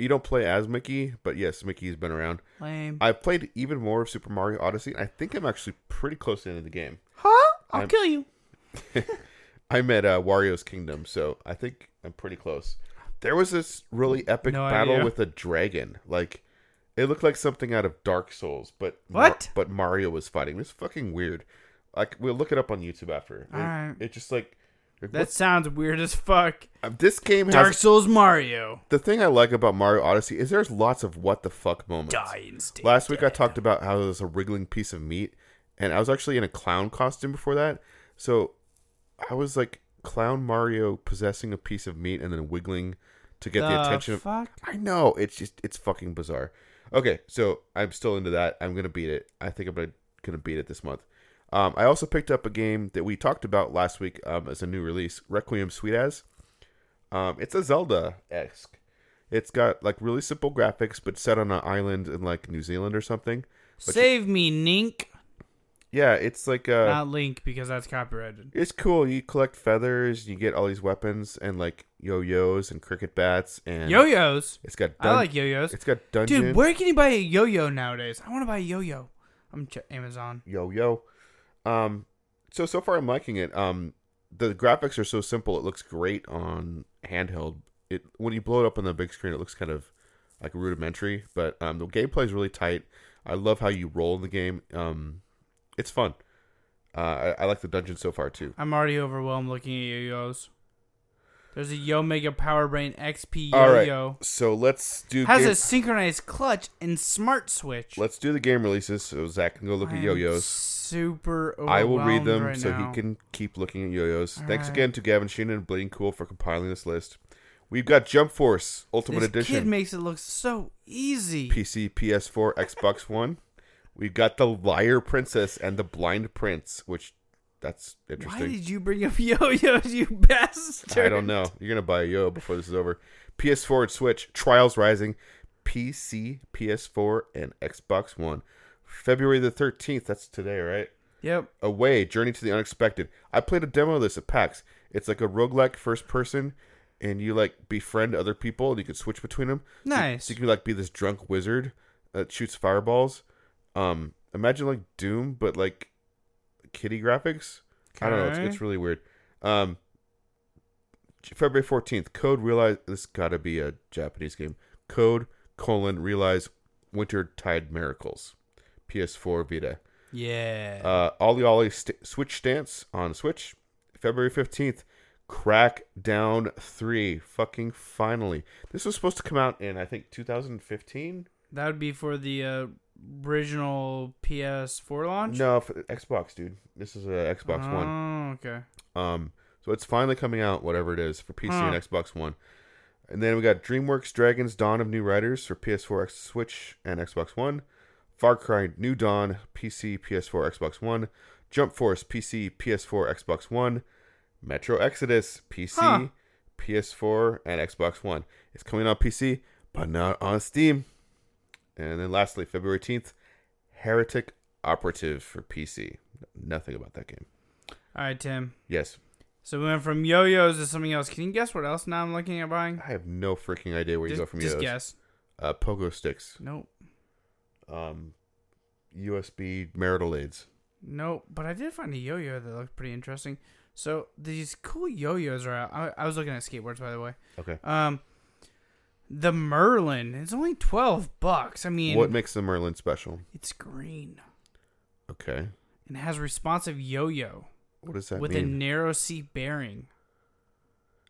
D: You don't play as Mickey, but yes, Mickey's been around.
C: Lame.
D: I've played even more of Super Mario Odyssey. I think I'm actually pretty close to the end of the game.
C: Huh? I'll
D: I'm-
C: kill you.
D: I'm at uh, Wario's Kingdom, so I think I'm pretty close. There was this really epic
C: No
D: battle
C: idea.
D: with a dragon. Like, it looked like something out of Dark Souls, but
C: What?
D: but Mario was fighting. It was fucking weird. Like, we'll look it up on YouTube after. It,
C: Alright.
D: it just like like,
C: That sounds weird as fuck.
D: what- uh, this game.
C: Dark
D: has,
C: Souls Mario.
D: the thing I like about Mario Odyssey is there's lots of what the fuck moments.
C: Die instinct.
D: Last week I talked about how there's a wriggling piece of meat, and I was actually in a clown costume before that. So I was like clown Mario possessing a piece of meat and then wiggling to get the,
C: The
D: attention
C: fuck?
D: of. I know it's just it's fucking bizarre. Okay, so I'm still into that. I'm gonna beat it. I think I'm gonna, gonna beat it this month. Um, I also picked up a game that we talked about last week um, as a new release, Requiem Sweet As. Um, it's a Zelda esque. It's got like really simple graphics, but set on an island in like New Zealand or something. But
C: Save me, Nink.
D: yeah, it's like uh,
C: Not Link, because that's copyrighted.
D: it's cool. You collect feathers, you get all these weapons and like yo yos and cricket bats and
C: Yo-yos?
D: It's got
C: I like yo-yos.
D: It's got dungeons.
C: Dude, where can you buy a yo-yo nowadays? I want to buy a yo-yo. I'm ch- Amazon.
D: yo yo. Um, so so far I'm liking it. Um, the graphics are so simple; it looks great on handheld. It when you blow it up on the big screen, it looks kind of like rudimentary, but um, the gameplay is really tight. I love how you roll in the game. Um, it's fun. Uh, I, I like the dungeon so far too.
C: I'm already overwhelmed looking at yo-yos. There's a Yo Mega Power Brain XP
D: All right,
C: yo-yo.
D: so let's do
C: Has
D: game-
C: a synchronized clutch and smart switch.
D: let's do the game releases so Zach can go look
C: I
D: at
C: am
D: yo-yos.
C: super
D: I will read
C: overwhelmed
D: them
C: right
D: so
C: now.
D: he can keep looking at yo-yos.
C: All
D: Thanks
C: right.
D: again to Gavin Sheen and Bleeding Cool for compiling this list. We've got Jump Force Ultimate
C: This kid
D: Edition,
C: makes it look so easy.
D: PC, PS4, Xbox One. We've got the Liar Princess and the Blind Prince, which that's
C: Why
D: interesting.
C: did you bring up yo-yos, you bastard?
D: I don't know. You're gonna buy a yo before this is over. PS4 and Switch, Trials Rising, PC, PS4, and Xbox One. February the 13th, that's today, right?
C: Yep.
D: Away, Journey to the Unexpected. I played a demo of this at PAX. It's like a roguelike first person, and you like befriend other people, and you can switch between them. So-
C: Nice.
D: So, you can like be this drunk wizard that shoots fireballs. Um, imagine like Doom, but like kitty graphics. I don't know. It's,
C: Okay.
D: it's really weird. Um, February 14th, Code Realize. This got to be a Japanese game. Code colon Realize Winter Tide Miracles. PS4 Vita.
C: Yeah.
D: Uh, Ollie Ollie st- Switch Stance on Switch. February 15th, Crackdown 3. Fucking finally. This was supposed to come out in, I think, 2015?
C: That would be for the uh, original PS4 launch.
D: No, for Xbox, dude. This is a Xbox One.
C: Oh, okay.
D: Um, so it's finally coming out, whatever it is, for PC and
C: Huh.
D: Xbox One. And then we got DreamWorks Dragons Dawn of New Riders for PS4, X- Switch, and Xbox One. Far Cry New Dawn, PC, PS4, Xbox One. Jump Force, PC, PS4, Xbox One. Metro Exodus, PC,
C: Huh.
D: PS4, and Xbox One. It's coming on PC, but not on Steam. And then lastly, February 10th, Heretic Operative for PC. Nothing about that game.
C: All right, Tim.
D: Yes.
C: So we went from yo-yos to something else. Can you guess what else now I'm looking at buying?
D: I have no freaking idea where
C: Just-
D: you go from
C: just
D: those.
C: guess.
D: Uh, pogo sticks.
C: Nope.
D: Um, USB marital aids.
C: No, but I did find a yo-yo that looked pretty interesting. So these cool yo-yos are out. I, I was looking at skateboards, by the way.
D: Okay.
C: Um, the Merlin. It's only twelve bucks. I mean,
D: what makes the Merlin special?
C: it's green
D: Okay.
C: and it has responsive yo-yo
D: What does that
C: with a
D: mean?
C: narrow C bearing.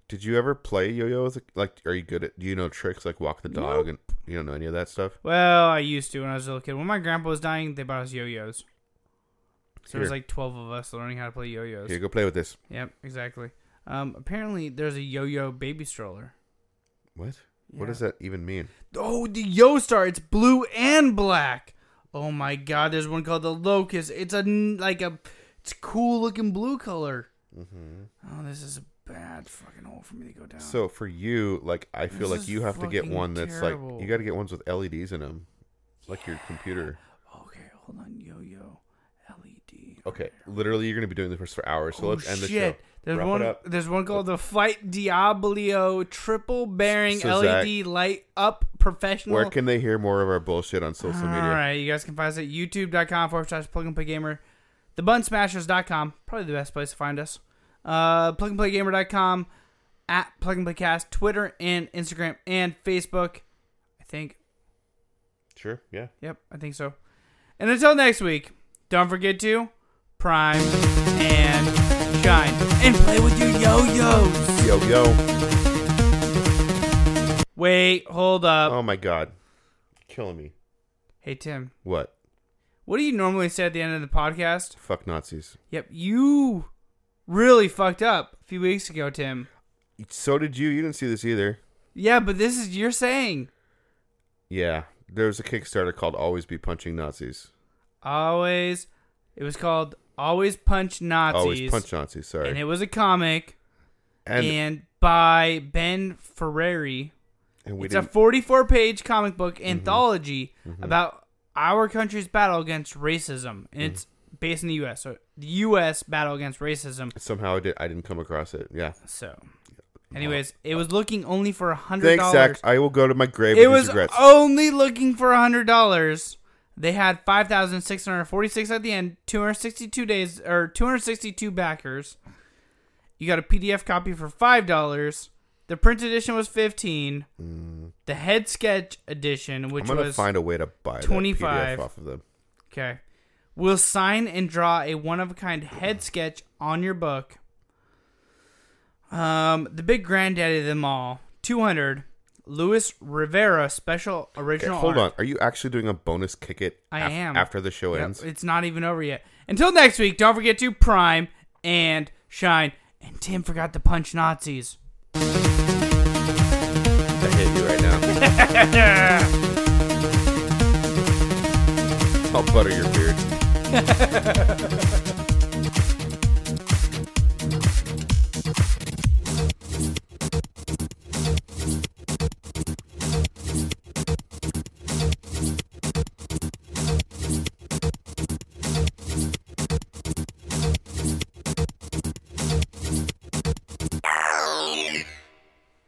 D: Did you ever play yo-yo? With a, like, are you good at? Do you know tricks like walk the dog and you don't know any of that stuff?
C: Well, I used to when I was a little kid. When my grandpa was dying, they bought us yo-yos. So it was
D: Here.
C: like twelve of us learning how to play yo-yos.
D: Here, go play with this.
C: Yep, exactly. Um, apparently there's a yo-yo baby stroller.
D: What? What
C: Yeah.
D: does that even mean?
C: Oh, the Yo Star. It's blue and black. Oh my God! There's one called the Locust. It's a n- like a, it's cool looking blue color.
D: Mm-hmm.
C: Oh, this is a bad fucking hole for me to go down.
D: So for you, like, I feel
C: This
D: like
C: is
D: you have to get
C: fucking
D: one that's
C: terrible.
D: like you got to get ones with LEDs in them, like your computer.
C: okay, hold on, yo-yo. E
D: Okay, literally, you're gonna be doing this for hours. So
C: oh
D: let's end the show.
C: shit! There's
D: Wrap it
C: one.
D: up.
C: There's one called the Fight Diablo Triple Bearing
D: So, Zach,
C: LED Light Up Professional.
D: Where can they hear more of our bullshit on social media?
C: All right, you guys can find us at youtube.com forward slash plug and play gamer, thebunsmashers.com, probably the best place to find us, uh, plug and play gamer.com, at plug and play cast, Twitter and Instagram and Facebook. I think.
D: Sure. Yeah.
C: Yep, I think so. And until next week, don't forget to prime and shine and play with your yo yos.
D: Yo yo.
C: Wait, hold up.
D: Oh my god, killing me.
C: Hey, Tim,
D: What?
C: what do you normally say at the end of the podcast?
D: Fuck Nazis.
C: Yep, you really fucked up a few weeks ago, Tim.
D: So did you? You didn't see this either.
C: Yeah, but this is your saying.
D: Yeah. There was a Kickstarter called "Always Be Punching Nazis."
C: Always, it was called Always Punch Nazis.
D: Always punch Nazis. Sorry.
C: And it was a comic.
D: And-
C: And, by Ben Ferrari.
D: And we
C: it's a
D: didn't- Mm-hmm.
C: 44 page comic book anthology about our country's battle against racism.
D: Mm-hmm.
C: And it's based in the U.S. So the U.S. battle against racism.
D: Somehow I did. I didn't come across it. Yeah.
C: So, anyways, it was looking only for a $100.
D: Thanks, Zach. I will go to my grave
C: it
D: with
C: was oh,
D: these regrets.
C: only looking for hundred dollars. They had five thousand six hundred forty-six at the end. Two hundred sixty-two days or two hundred sixty-two backers. You got a PDF copy for five dollars. The print edition was fifteen. The head sketch edition, which
D: Mm. I'm gonna
C: was
D: find a way to buy that
C: 25.
D: PDF off of them.
C: okay, will sign and draw a one-of-a-kind head sketch on your book. Um, the big granddaddy of them all, two hundred. Luis Rivera special
D: Okay,
C: original.
D: hold
C: art.
D: on. Are you actually doing a bonus kick it?
C: I
D: af-
C: am.
D: after the show
C: Yep,
D: ends.
C: It's not even over yet. Until next week, don't forget to prime and shine. And Tim forgot to punch Nazis.
D: I hate you right now. I'll butter your beard.